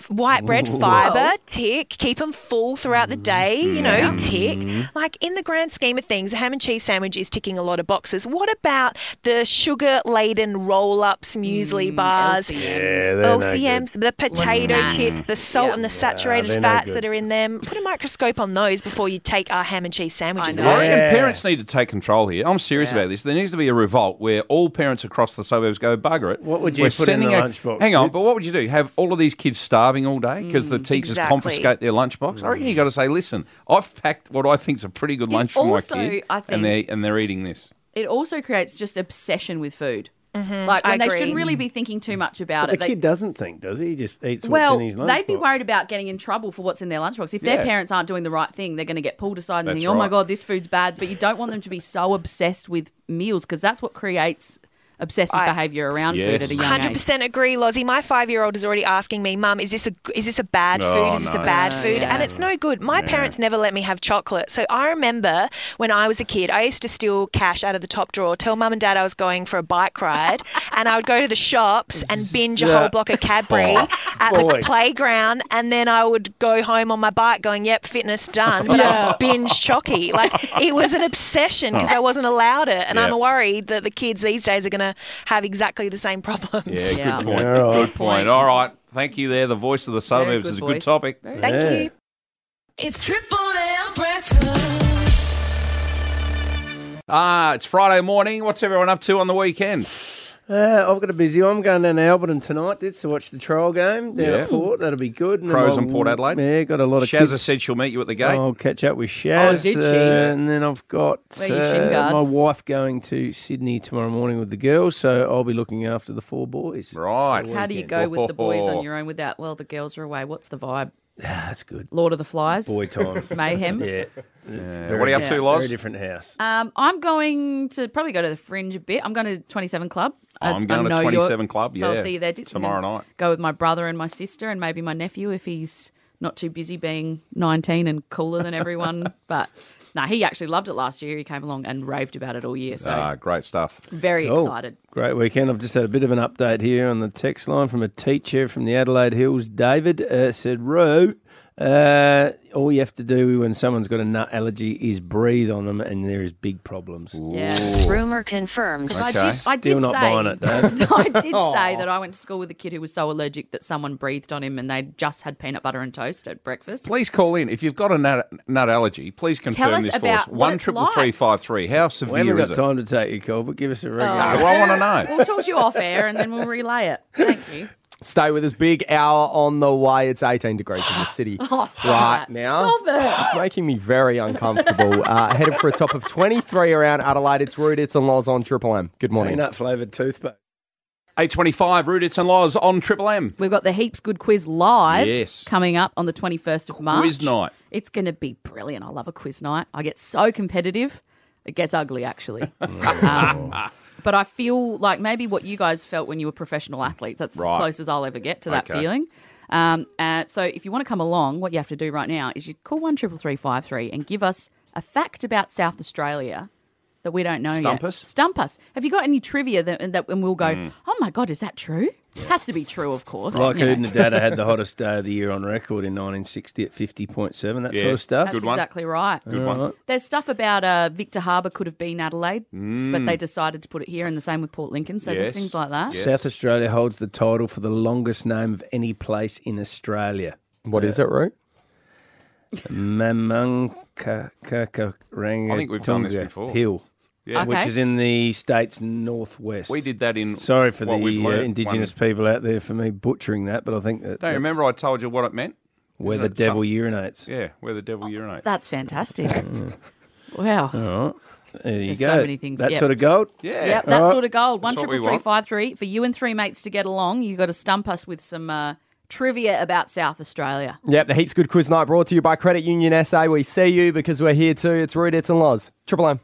Speaker 24: White bread,
Speaker 4: Ooh. Mm-hmm.
Speaker 24: fiber, tick. Keep them full throughout the day. You know,
Speaker 4: Yeah.
Speaker 24: tick.
Speaker 4: Mhm.
Speaker 24: Like in the grand scheme of things, a ham and cheese sandwich is ticking a lot of boxes. What about the sugar-laden roll-ups, muesli bars,
Speaker 4: LCMs. Yeah, they're no good.
Speaker 24: LCMs, the potato
Speaker 4: snack.
Speaker 24: chips, the salt and the saturated
Speaker 4: they're no
Speaker 24: fats
Speaker 4: good.
Speaker 24: that are in them? Put a microscope on those before you take our ham and cheese sandwiches.
Speaker 6: I reckon parents need to take control here. I'm serious about this. There needs to be a revolt where all parents across the suburbs go, bugger it. What
Speaker 4: would you
Speaker 6: We're
Speaker 4: put in
Speaker 6: sending
Speaker 4: the
Speaker 6: a-
Speaker 4: lunchbox,
Speaker 6: Hang on,
Speaker 4: kids?
Speaker 6: but what would you do? Have all of these kids starving all day because the
Speaker 5: Mm,
Speaker 6: teachers
Speaker 5: exactly.
Speaker 6: confiscate their lunchbox? I reckon you got to say, listen, I've packed what I think's a pretty good lunch for
Speaker 5: also,
Speaker 6: my kid,
Speaker 5: I
Speaker 6: and they're
Speaker 5: think-
Speaker 6: and they're eating this.
Speaker 5: It also creates just obsession with food. Like
Speaker 24: Mm-hmm. I
Speaker 5: when they
Speaker 24: agree.
Speaker 5: shouldn't really be thinking too much about
Speaker 4: But
Speaker 5: it.
Speaker 4: the
Speaker 5: They-
Speaker 4: kid doesn't think, does he? He just eats
Speaker 5: well,
Speaker 4: what's in his lunchbox.
Speaker 5: they'd be worried about getting in trouble for what's in their lunchbox. If
Speaker 4: Yeah.
Speaker 5: their parents aren't doing the right thing, they're going to get pulled aside and
Speaker 4: That's
Speaker 5: think, "Oh my
Speaker 4: right.
Speaker 5: god, this food's bad." But you don't want them to be so obsessed with meals because that's what creates obsessive
Speaker 24: I-
Speaker 5: behaviour around food at a young
Speaker 24: Hundred
Speaker 5: age.
Speaker 24: percent agree, Lozzie. My five-year-old is already asking me, "Mum, is this a is this a bad
Speaker 5: Oh,
Speaker 24: food? Is this
Speaker 5: no.
Speaker 24: the bad
Speaker 5: Yeah,
Speaker 24: food?"
Speaker 5: yeah.
Speaker 24: And it's no good. My
Speaker 5: Yeah.
Speaker 24: parents never let me have chocolate, so I remember when I was a kid, I used to steal cash out of the top drawer, tell Mum and Dad I was going for a
Speaker 5: [LAUGHS]
Speaker 24: bike ride, and I would go to the shops and binge a
Speaker 8: Yeah.
Speaker 24: whole block of Cadbury
Speaker 8: Oh,
Speaker 24: at the
Speaker 8: boy.
Speaker 24: playground, and then I would go home on my bike, going, "Yep, fitness
Speaker 5: [LAUGHS]
Speaker 24: done," but
Speaker 8: Yeah.
Speaker 24: I binge chocky. Like it was an obsession because
Speaker 13: Oh.
Speaker 24: I wasn't allowed it, and
Speaker 13: Yeah.
Speaker 24: I'm worried that the kids these days are going to have exactly the same problems.
Speaker 13: Yeah, good point. Good point. All right. Thank you there. The voice of the suburbs
Speaker 24: good
Speaker 13: is a good
Speaker 24: voice.
Speaker 13: topic.
Speaker 24: Very [LAUGHS] Thank good. you.
Speaker 15: It's Triple M breakfast.
Speaker 6: Ah, it's Friday morning. What's everyone up to on the weekend?
Speaker 4: Uh, I've got a busy one. I'm going down to Alberton tonight, did to watch the trial game down
Speaker 6: Yeah.
Speaker 4: at Port. That'll be good. then
Speaker 6: Crows
Speaker 4: I'll-
Speaker 6: and Port Adelaide.
Speaker 4: Yeah, got a lot of
Speaker 6: Shazza
Speaker 4: kids. Oh,
Speaker 6: said she'll meet you at the gate.
Speaker 4: I'll catch up with Shaz.
Speaker 6: Oh, did she?
Speaker 4: uh, and then I've got
Speaker 6: Where are your shin
Speaker 4: uh,
Speaker 6: guards?
Speaker 4: my wife going to Sydney tomorrow morning with the girls, so I'll be looking after the four boys.
Speaker 6: Right.
Speaker 5: How do you go with the
Speaker 6: [LAUGHS]
Speaker 5: boys on your own without? Well, the girls are away. What's the vibe?
Speaker 4: Ah, That's good.
Speaker 5: Lord of the Flies.
Speaker 6: [LAUGHS]
Speaker 4: Boy time.
Speaker 5: Mayhem.
Speaker 4: [LAUGHS] yeah.
Speaker 6: What are you up to, Loz?
Speaker 4: Very different house.
Speaker 5: Um, I'm going to probably go to the fringe a bit. I'm going to 27 Club. I-
Speaker 6: I'm going
Speaker 5: I
Speaker 6: to
Speaker 5: know you're-
Speaker 6: 27 Club,
Speaker 5: So
Speaker 6: yeah,
Speaker 5: I'll see you there Dixon,
Speaker 6: tomorrow
Speaker 5: and
Speaker 6: night.
Speaker 5: Go with my brother and my sister and maybe my nephew if he's not too busy being 19 and cooler than everyone. but no, he actually loved it last year. He came along and raved about it all year. So
Speaker 6: Ah, great stuff.
Speaker 5: very
Speaker 4: Cool.
Speaker 5: excited.
Speaker 4: Oh, Great weekend. I've just had a bit of an update here on the text line from a teacher from the Adelaide Hills. David uh, said, Ro, uh, all you have to do when someone's got a nut allergy is breathe on them, and there is big problems.
Speaker 11: Rumor confirmed.
Speaker 5: 'Cause I did, I did
Speaker 4: Still not
Speaker 5: say,
Speaker 4: buying it,
Speaker 5: [LAUGHS]
Speaker 4: Dave.
Speaker 5: I did say that I went to school with a kid who was so allergic that someone breathed on him and they just had peanut butter and toast at breakfast.
Speaker 6: Please call in if you've got a nut, nut allergy. Please confirm
Speaker 5: us
Speaker 6: this for
Speaker 5: about
Speaker 6: us.
Speaker 5: what
Speaker 6: One
Speaker 5: it's
Speaker 6: triple three five three. How
Speaker 4: We haven't
Speaker 6: severe
Speaker 4: got
Speaker 6: is it?
Speaker 4: time to take your call, but give us a ring.
Speaker 5: Oh.
Speaker 6: No, I want to know.
Speaker 5: [LAUGHS] We'll talk to you off air and then we'll relay it. Thank you.
Speaker 10: Stay with us. Big hour on the way. It's 18 degrees in the city
Speaker 5: Oh, stop
Speaker 10: right
Speaker 5: that.
Speaker 10: now.
Speaker 5: Stop it.
Speaker 10: It's making me very uncomfortable. uh, headed for a top of 23 around Adelaide. It's Rude. It's and Laws on Triple M. Good morning.
Speaker 4: Peanut flavoured toothpaste.
Speaker 6: Eight twenty five. Rudits and Laws on Triple M.
Speaker 5: We've got the Heaps Good Quiz live
Speaker 6: Yes.
Speaker 5: coming up on the 21st of March.
Speaker 6: Quiz night.
Speaker 5: It's going to be brilliant. I love a quiz night. I get so competitive. It gets ugly,
Speaker 8: [LAUGHS]
Speaker 5: actually. Um, but I feel like maybe what you guys felt when you were professional athletes. That's
Speaker 8: Right.
Speaker 5: as close as I'll ever get to that
Speaker 8: Okay.
Speaker 5: feeling. Um, uh, so if you want to come along, what you have to do right now is you call one triple three five three and give us a fact about South Australia that we don't know
Speaker 8: Stump
Speaker 5: yet.
Speaker 8: us? Mm.
Speaker 5: Stump us. Have you got any trivia that, that and we'll go? Oh my god, is that true? Has to be true, of course.
Speaker 4: Like
Speaker 5: you know.
Speaker 4: Udinadatta had the hottest day of the year on record in 1960 at 50.7, that sort of stuff.
Speaker 5: That's exactly right.
Speaker 4: Good one. Alright.
Speaker 5: There's stuff about uh, Victor Harbour could have been Adelaide, but
Speaker 4: Mm.
Speaker 5: they decided to put it here, and the same with Port Lincoln. So
Speaker 4: Yes.
Speaker 5: there's things like that.
Speaker 4: South Australia holds the title for the longest name of any place in Australia. Uh,
Speaker 10: What is it, Roo?
Speaker 4: Mamungkarangatunga
Speaker 6: I think we've done this before.
Speaker 4: Hill,
Speaker 6: Yeah.
Speaker 4: which
Speaker 6: Okay.
Speaker 4: is in the state's northwest.
Speaker 6: We did that in
Speaker 4: Sorry for
Speaker 6: what
Speaker 4: the
Speaker 6: we've
Speaker 4: uh,
Speaker 6: learnt.
Speaker 4: indigenous people out there for me butchering that, but I think that
Speaker 6: Don't you
Speaker 4: that's
Speaker 6: remember I told you what it meant?
Speaker 4: where
Speaker 6: Isn't
Speaker 4: the
Speaker 6: it
Speaker 4: devil
Speaker 6: something-
Speaker 4: urinates.
Speaker 6: Yeah, where the devil urinates.
Speaker 5: That's fantastic. wow.
Speaker 4: All right. There you
Speaker 5: There's
Speaker 4: go.
Speaker 5: so many things.
Speaker 4: That
Speaker 5: yep.
Speaker 4: sort of gold.
Speaker 5: Yep, that
Speaker 4: All right.
Speaker 5: sort of gold. One
Speaker 4: That's what
Speaker 5: triple
Speaker 4: we
Speaker 5: three
Speaker 4: want.
Speaker 5: five three for you and three mates to get along. You got to stump us with some uh, trivia about South Australia.
Speaker 10: Yep, the Heaps Good Quiz Night brought to you by Credit Union SA. We see you because we're here too. It's Rude. It's and Laws. Triple M.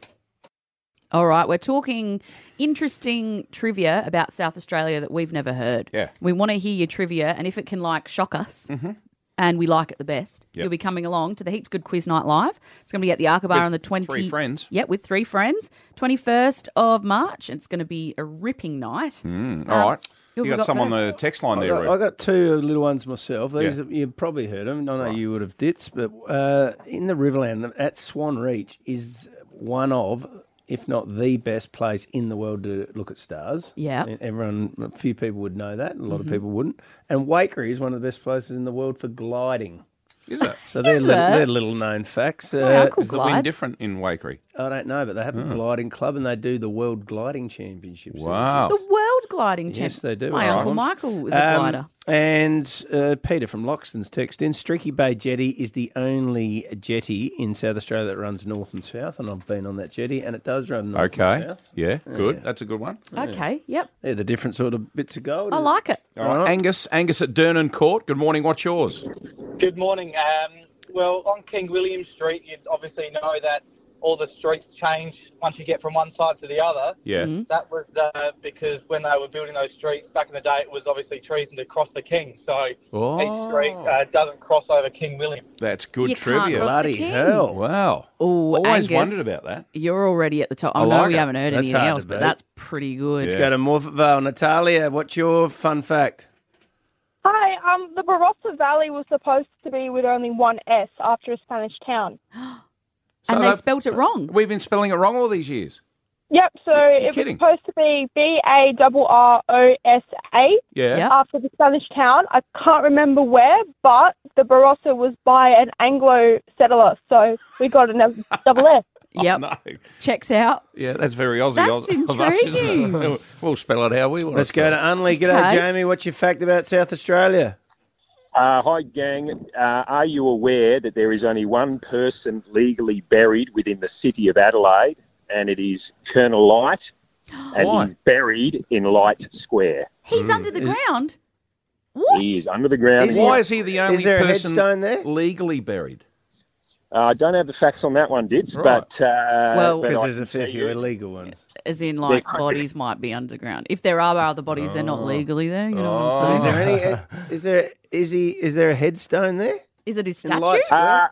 Speaker 5: All right, we're talking interesting trivia about South Australia that we've never heard.
Speaker 6: Yeah.
Speaker 5: We want to hear your trivia, and if it can like shock us,
Speaker 4: Mm-hmm.
Speaker 5: and we like it the best,
Speaker 6: Yep.
Speaker 5: you'll be coming along to the Heaps Good Quiz Night Live. It's going to be at the Arca Bar
Speaker 6: With
Speaker 5: on the 20...
Speaker 6: three friends.
Speaker 5: Yeah, with three friends. 21st of March. It's going to be a ripping night.
Speaker 6: Mm,
Speaker 5: Um,
Speaker 6: all right. You
Speaker 5: who have we
Speaker 6: got,
Speaker 5: got
Speaker 6: some on the
Speaker 5: first?
Speaker 6: text line
Speaker 4: I
Speaker 6: there,
Speaker 4: got,
Speaker 6: Ruth.
Speaker 4: I got two little ones myself. These
Speaker 6: Yeah.
Speaker 4: are, you probably heard them. I know you would have dits, but uh, in the Riverland at Swan Reach is one of, if not the best place in the world to look at stars.
Speaker 5: Yeah.
Speaker 4: And everyone, a few people would know that. A lot
Speaker 6: Mm-hmm.
Speaker 5: Mhm.
Speaker 4: of people wouldn't. And Wakery is one of the best places in the world for gliding.
Speaker 6: Is it?
Speaker 4: So they're,
Speaker 6: Is
Speaker 4: little,
Speaker 6: it? Oh,
Speaker 4: they're little known facts. Uh,
Speaker 6: Is the wind different in Wakery?
Speaker 4: I don't know, but they have a
Speaker 6: Oh.
Speaker 4: gliding club and they do the World Gliding Championships. every
Speaker 6: Wow.
Speaker 5: The World Gliding Champ.
Speaker 4: Yes, they do.
Speaker 5: My
Speaker 4: All right.
Speaker 5: Uncle Michael is a
Speaker 4: Um,
Speaker 5: glider.
Speaker 4: And uh, Peter from Loxton's text in Streaky Bay Jetty is the only jetty in South Australia that runs north and south, and I've been on that jetty, and it does run north and
Speaker 6: Okay.
Speaker 4: south.
Speaker 6: Yeah, good.
Speaker 4: Yeah.
Speaker 6: That's a good one.
Speaker 5: Okay, yep.
Speaker 4: They're the different sort of bits of gold.
Speaker 5: I like it.
Speaker 6: All right. Angus, Angus at Dernan Court. Good morning. What's yours?
Speaker 25: Good morning. Um, well, on King William Street, you'd obviously know that
Speaker 8: all the streets change once you get from one side to the other.
Speaker 6: Yeah.
Speaker 7: Mm-hmm.
Speaker 6: Mhm.
Speaker 8: That was uh, because when they were building those streets back in the day, it was obviously treason to cross the king. So
Speaker 6: Oh.
Speaker 8: each street uh, doesn't cross over King William.
Speaker 6: That's good
Speaker 8: You can't
Speaker 6: trivia.
Speaker 8: cross the
Speaker 6: Bloody
Speaker 8: king.
Speaker 6: hell! Wow.
Speaker 5: Oh,
Speaker 6: always
Speaker 5: Angus,
Speaker 6: wondered about that.
Speaker 5: You're already at the top.
Speaker 6: I
Speaker 5: I know
Speaker 6: like
Speaker 5: we
Speaker 6: it.
Speaker 5: haven't heard
Speaker 6: That's
Speaker 5: anything
Speaker 6: hard to
Speaker 5: else, but
Speaker 6: beat.
Speaker 5: that's pretty good.
Speaker 4: Let's go to Morphevale. Natalia, what's your fun fact?
Speaker 12: Hi, um, the Barossa Valley was supposed to be with only one S after a Spanish town.
Speaker 5: And they spelt
Speaker 6: it
Speaker 5: wrong.
Speaker 6: We've been spelling it wrong all these years.
Speaker 12: Yep, so it
Speaker 6: kidding.
Speaker 12: was supposed to be B A R R O S A
Speaker 6: Yeah. [LAUGHS] Yep.
Speaker 12: after the Spanish town. I can't remember where, but the Barossa was by an Anglo settler, so we got a double S.
Speaker 6: oh,
Speaker 5: Yep. Checks out.
Speaker 6: Yeah, that's very Aussie
Speaker 12: That's
Speaker 6: Oz- [LAUGHS] of us, isn't
Speaker 5: intriguing.
Speaker 6: it? We'll spell it how we want.
Speaker 4: Let's go to Unley. G'day,
Speaker 14: Okay.
Speaker 4: Jamie. What's your fact about South Australia?
Speaker 14: Uh, hi, gang. Uh, are you aware that there is only one person legally buried within the city of Adelaide, and it is Colonel Light, and
Speaker 5: Why?
Speaker 14: he's buried in Light Square.
Speaker 5: He's
Speaker 6: Hmm.
Speaker 5: under the ground.
Speaker 14: He is under the ground.
Speaker 6: Why is he the only
Speaker 14: Is there a
Speaker 6: person
Speaker 14: headstone
Speaker 4: there?
Speaker 6: legally buried?
Speaker 14: Uh, I don't have the facts on that one, Dids,
Speaker 6: Right.
Speaker 14: but uh,
Speaker 5: Well-
Speaker 14: but
Speaker 5: Because
Speaker 14: I
Speaker 5: there's a
Speaker 14: can
Speaker 5: fair
Speaker 14: tell
Speaker 5: few
Speaker 14: you-
Speaker 4: illegal ones.
Speaker 5: As in, like,
Speaker 14: They-
Speaker 5: bodies might be under the ground. If there are other bodies, they're not
Speaker 14: Oh.
Speaker 5: legally there. You know what
Speaker 4: So
Speaker 5: I'm
Speaker 4: is
Speaker 6: Oh.
Speaker 5: saying?
Speaker 4: there any?
Speaker 6: [LAUGHS]
Speaker 4: Is there? Is he? Is there a headstone there?
Speaker 5: Is it his
Speaker 4: In
Speaker 5: statue?
Speaker 4: Light
Speaker 6: Uh,
Speaker 4: Square?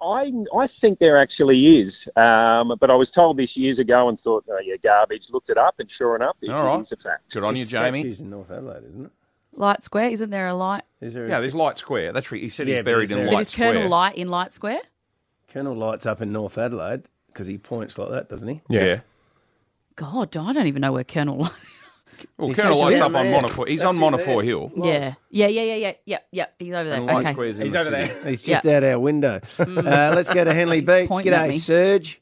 Speaker 14: I, I think there actually is, um, but I was told this years ago and thought, oh, yeah, garbage. Looked it up, and sure enough, it is
Speaker 6: All right.
Speaker 14: a fact.
Speaker 6: Good on you,
Speaker 14: It's
Speaker 6: Jamie.
Speaker 14: statues.
Speaker 4: in North Adelaide, isn't it?
Speaker 5: Light Square? Isn't there a light?
Speaker 4: Is there?
Speaker 6: Yeah, there's Light Square. That's right. He said
Speaker 4: Yeah,
Speaker 6: he's
Speaker 4: but
Speaker 6: buried
Speaker 4: is
Speaker 6: in
Speaker 4: there-
Speaker 6: Light
Speaker 5: Is
Speaker 6: Square.
Speaker 5: Colonel Light in Light Square?
Speaker 4: Colonel Light's up in North Adelaide because he points like that, doesn't he?
Speaker 6: Yeah.
Speaker 5: God, I don't even know where Colonel Light.
Speaker 6: Well,
Speaker 4: He's
Speaker 6: Colonel
Speaker 4: actually
Speaker 6: Light's
Speaker 4: there.
Speaker 6: up on Monofoy. He's
Speaker 4: That's
Speaker 6: on
Speaker 4: him
Speaker 6: Monofoy
Speaker 4: there.
Speaker 6: Hill.
Speaker 5: Yeah, yeah, yeah, yeah, yeah, yeah, yeah. He's over there.
Speaker 6: And Light
Speaker 5: okay.
Speaker 6: Square's in
Speaker 4: He's
Speaker 6: the
Speaker 4: over
Speaker 6: city.
Speaker 4: He's just out our window.
Speaker 5: Mm.
Speaker 4: Uh, let's go to
Speaker 5: [LAUGHS]
Speaker 4: Henley Beach.
Speaker 12: pointing at
Speaker 4: G'day,
Speaker 12: me.
Speaker 4: Serge.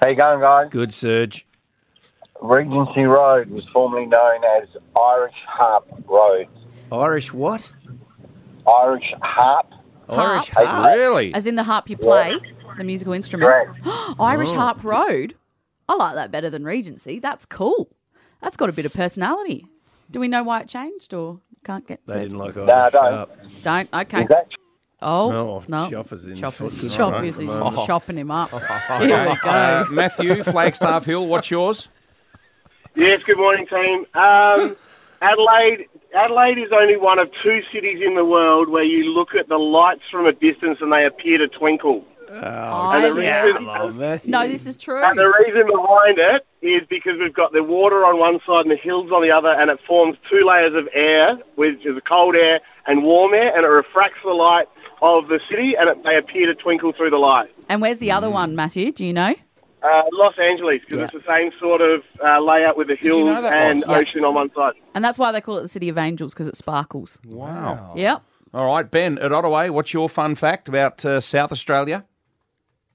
Speaker 25: How you going, guys?
Speaker 4: Good, Serge.
Speaker 25: Regency Road was formerly known as Irish Harp Road.
Speaker 4: Irish what?
Speaker 25: Irish Harp.
Speaker 5: Harp. As in the harp you play, the musical instrument. [GASPS] Irish
Speaker 25: Oh.
Speaker 5: Harp Road. I like that better than Regency. That's cool. That's got a bit of personality. Do we know why it changed or can't get?
Speaker 4: They didn't like oh, Irish.
Speaker 5: Nah,
Speaker 4: No,
Speaker 5: don't. Don't. Okay. Oh
Speaker 4: No,
Speaker 5: no!
Speaker 4: Chopper's in
Speaker 5: Choppers,
Speaker 4: foot-
Speaker 5: choppers is
Speaker 4: Oh.
Speaker 5: chopping
Speaker 4: [LAUGHS]
Speaker 5: him up.
Speaker 6: Okay.
Speaker 5: Here we go.
Speaker 6: Uh, Matthew, Flagstaff Hill, what's [LAUGHS] yours?
Speaker 26: Yes, good morning, team. Um, Adelaide, Adelaide is only one of two cities in the world where you look at the lights from a distance and they appear to twinkle.
Speaker 5: Oh,
Speaker 26: and the
Speaker 5: yeah.
Speaker 26: reason-
Speaker 5: No, this is true.
Speaker 26: and the reason behind it is because we've got the water on one side and the hills on the other, and it forms two layers of air, which is cold air and warm air, and it refracts the light of the city, and it, they appear to twinkle through the light.
Speaker 5: And where's the other
Speaker 4: Mm.
Speaker 5: one, Matthew? Do you know?
Speaker 26: Uh, Los Angeles, because it's the same sort of uh, layout with the
Speaker 5: you
Speaker 26: hills
Speaker 5: know that,
Speaker 26: and
Speaker 5: Ross? Yeah.
Speaker 26: ocean on one side.
Speaker 5: And that's why they call it the City of Angels because it sparkles.
Speaker 6: Wow.
Speaker 5: Yep.
Speaker 6: All right, Ben at Ottaway, what's your fun fact about uh, South Australia?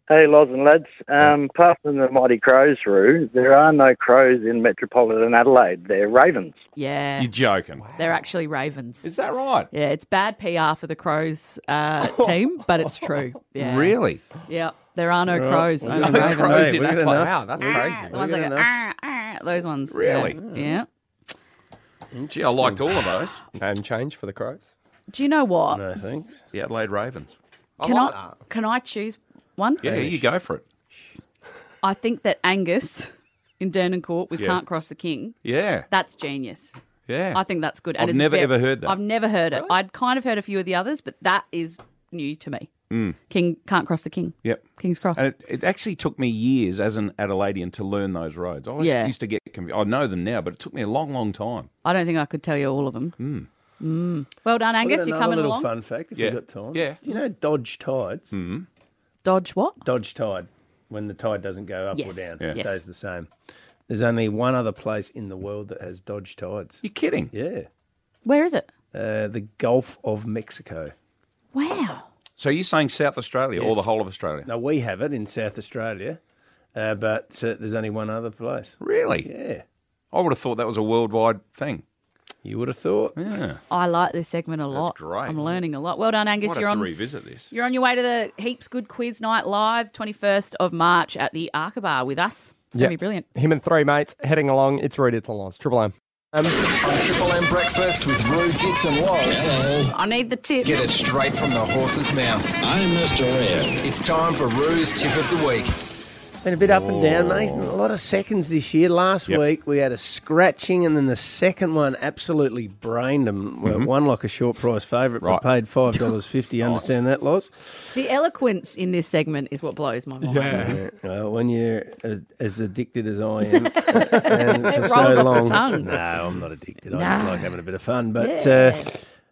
Speaker 27: Hey, Loz and lads. Um, apart from the mighty crows, Roo, there are no crows in metropolitan Adelaide. They're ravens.
Speaker 5: Yeah.
Speaker 6: You're joking.
Speaker 5: They're actually ravens. Is
Speaker 6: that right?
Speaker 5: Yeah, it's bad PR for the Crows
Speaker 6: [LAUGHS]
Speaker 5: uh, team, but it's true. Yeah.
Speaker 6: Really?
Speaker 5: Yeah. There are no
Speaker 6: Right.
Speaker 5: crows,
Speaker 6: No
Speaker 5: only
Speaker 6: crows
Speaker 5: ravens.
Speaker 6: [LAUGHS] in We're good Adelaide. enough. Wow, that's
Speaker 5: Ah,
Speaker 6: crazy.
Speaker 5: The
Speaker 6: We're
Speaker 5: ones
Speaker 6: good
Speaker 5: that go, ah, ah, those ones. Yeah.
Speaker 10: Really?
Speaker 5: Yeah.
Speaker 6: Gee, I liked all of those.
Speaker 10: Name change for the Crows.
Speaker 5: Do you know what?
Speaker 4: No thanks.
Speaker 6: The Adelaide Ravens.
Speaker 5: Can I can I choose one?
Speaker 6: Yeah, you go for it.
Speaker 5: I think that Angus in Dernan Court with
Speaker 6: Yeah.
Speaker 5: Can't Cross the King.
Speaker 6: Yeah.
Speaker 5: That's genius.
Speaker 6: Yeah.
Speaker 5: [LAUGHS] I think that's good.
Speaker 6: I've
Speaker 5: it's
Speaker 6: never
Speaker 5: ve-
Speaker 6: ever heard that.
Speaker 5: I've never heard it. I'd kind of heard a few of the others, but that is new to me.
Speaker 6: Mm.
Speaker 5: King can't cross the king.
Speaker 6: Yep.
Speaker 5: King's Cross.
Speaker 6: And it, it actually took me years as an Adelaidean to learn those roads. I always
Speaker 5: Yeah.
Speaker 6: used to get confused. I know them now, but it took me a long, long time.
Speaker 5: I don't think I could tell you all of them.
Speaker 6: Mm.
Speaker 5: Mm. Well done, Angus. You're
Speaker 4: another
Speaker 5: coming
Speaker 4: little
Speaker 5: along.
Speaker 4: fun fact if
Speaker 6: Yeah.
Speaker 4: you've got time. Yeah. You know Dodge Tides? Mm.
Speaker 5: Dodge what?
Speaker 4: Dodge Tide. When the tide doesn't go up
Speaker 5: Yes.
Speaker 4: or down,
Speaker 5: Yeah.
Speaker 4: it
Speaker 5: Yes.
Speaker 4: stays the same. There's only one other place in the world that has Dodge Tides.
Speaker 6: You're kidding?
Speaker 4: Yeah.
Speaker 5: Where is it?
Speaker 4: Uh, the Gulf of Mexico.
Speaker 5: Wow.
Speaker 6: So you're saying South Australia or
Speaker 4: Yes.
Speaker 6: the whole of Australia?
Speaker 4: Now, we have it in South Australia, uh, but uh, there's only one other place.
Speaker 6: Really?
Speaker 4: Yeah.
Speaker 6: I would have thought that was a worldwide thing.
Speaker 4: You would have thought.
Speaker 6: Yeah.
Speaker 5: I like this segment a lot.
Speaker 6: great.
Speaker 5: I'm learning a lot. Well done, Angus.
Speaker 6: Might
Speaker 5: you're
Speaker 6: have to
Speaker 5: on.
Speaker 6: revisit this.
Speaker 5: You're on your way to the Heaps Good Quiz Night live, 21st of March at the Arca Bar with us. It's gonna
Speaker 10: Yeah.
Speaker 5: be brilliant.
Speaker 10: Him and three mates heading along. It's Rudy, it's on Triple M.
Speaker 2: Um, on Triple M Breakfast with Rue Dits and Woz.
Speaker 5: I need the tip.
Speaker 2: Get it straight from the horse's mouth. I'm Mr. Rare. It's time for Rue's tip of the week.
Speaker 4: Been a bit up and down, Nathan. A lot of seconds this year. Last
Speaker 2: Yep.
Speaker 4: week we had a scratching, and then the second one absolutely brained them. Well,
Speaker 6: Mhm.
Speaker 4: One like a short price favourite,
Speaker 6: Right.
Speaker 4: but paid five dollars fifty. Understand that, Loz?
Speaker 5: The eloquence in this segment is what blows my mind.
Speaker 4: Uh, when you're as, as addicted as I
Speaker 5: [LAUGHS]
Speaker 4: am, uh, and
Speaker 5: It
Speaker 4: for so
Speaker 5: rolls off the
Speaker 4: long,
Speaker 5: tongue.
Speaker 4: no, I'm not addicted. I just
Speaker 5: No.
Speaker 4: like having a bit of fun. But
Speaker 5: Yeah.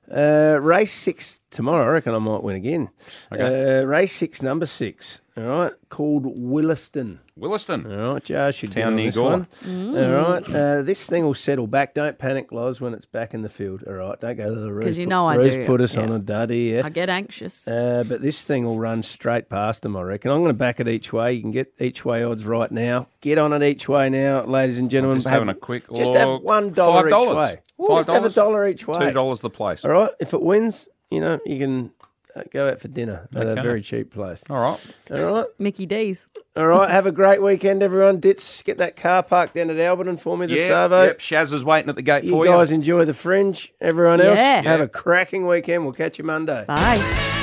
Speaker 4: uh, uh, race six tomorrow, I reckon I might win again.
Speaker 6: Okay.
Speaker 4: Uh, race six, number six. All right, called Williston.
Speaker 6: Williston.
Speaker 4: All right, Jar should
Speaker 6: Town
Speaker 4: get on
Speaker 6: near
Speaker 4: this
Speaker 6: Gawler.
Speaker 4: one.
Speaker 6: Mm.
Speaker 4: All right, uh, this thing will settle back. Don't panic, Loz, when it's back in the field. All right, don't go to the roof.
Speaker 5: 'Cause you know I do,
Speaker 4: put us
Speaker 5: yeah.
Speaker 4: on a duddy. Yeah.
Speaker 5: I get anxious.
Speaker 4: Uh, but this thing will run straight past them, I reckon. I'm going to back it each way. You can get each way odds right now. Get on it each way now, ladies and gentlemen.
Speaker 6: Just having a quick
Speaker 4: Just
Speaker 6: look.
Speaker 4: have one dollar each
Speaker 6: $5.
Speaker 4: way.
Speaker 6: Five
Speaker 4: just have a
Speaker 6: dollars?
Speaker 4: dollar each way.
Speaker 6: $2 the place.
Speaker 4: All right. If it wins, you know you can uh, go out for dinner at
Speaker 6: Okay.
Speaker 4: a very cheap place.
Speaker 6: All right.
Speaker 4: All right.
Speaker 5: Mickey D's.
Speaker 4: All right. Have a great weekend, everyone. Dits, get that car parked down at Alberton for me. The
Speaker 6: Yeah,
Speaker 4: Savo.
Speaker 6: Yep, Shaz is waiting at the gate
Speaker 4: You
Speaker 6: for
Speaker 4: guys
Speaker 6: you.
Speaker 4: enjoy the fringe. Everyone else,
Speaker 6: Yeah.
Speaker 4: have
Speaker 6: Yeah.
Speaker 4: a cracking weekend. We'll catch you Monday.
Speaker 5: Bye.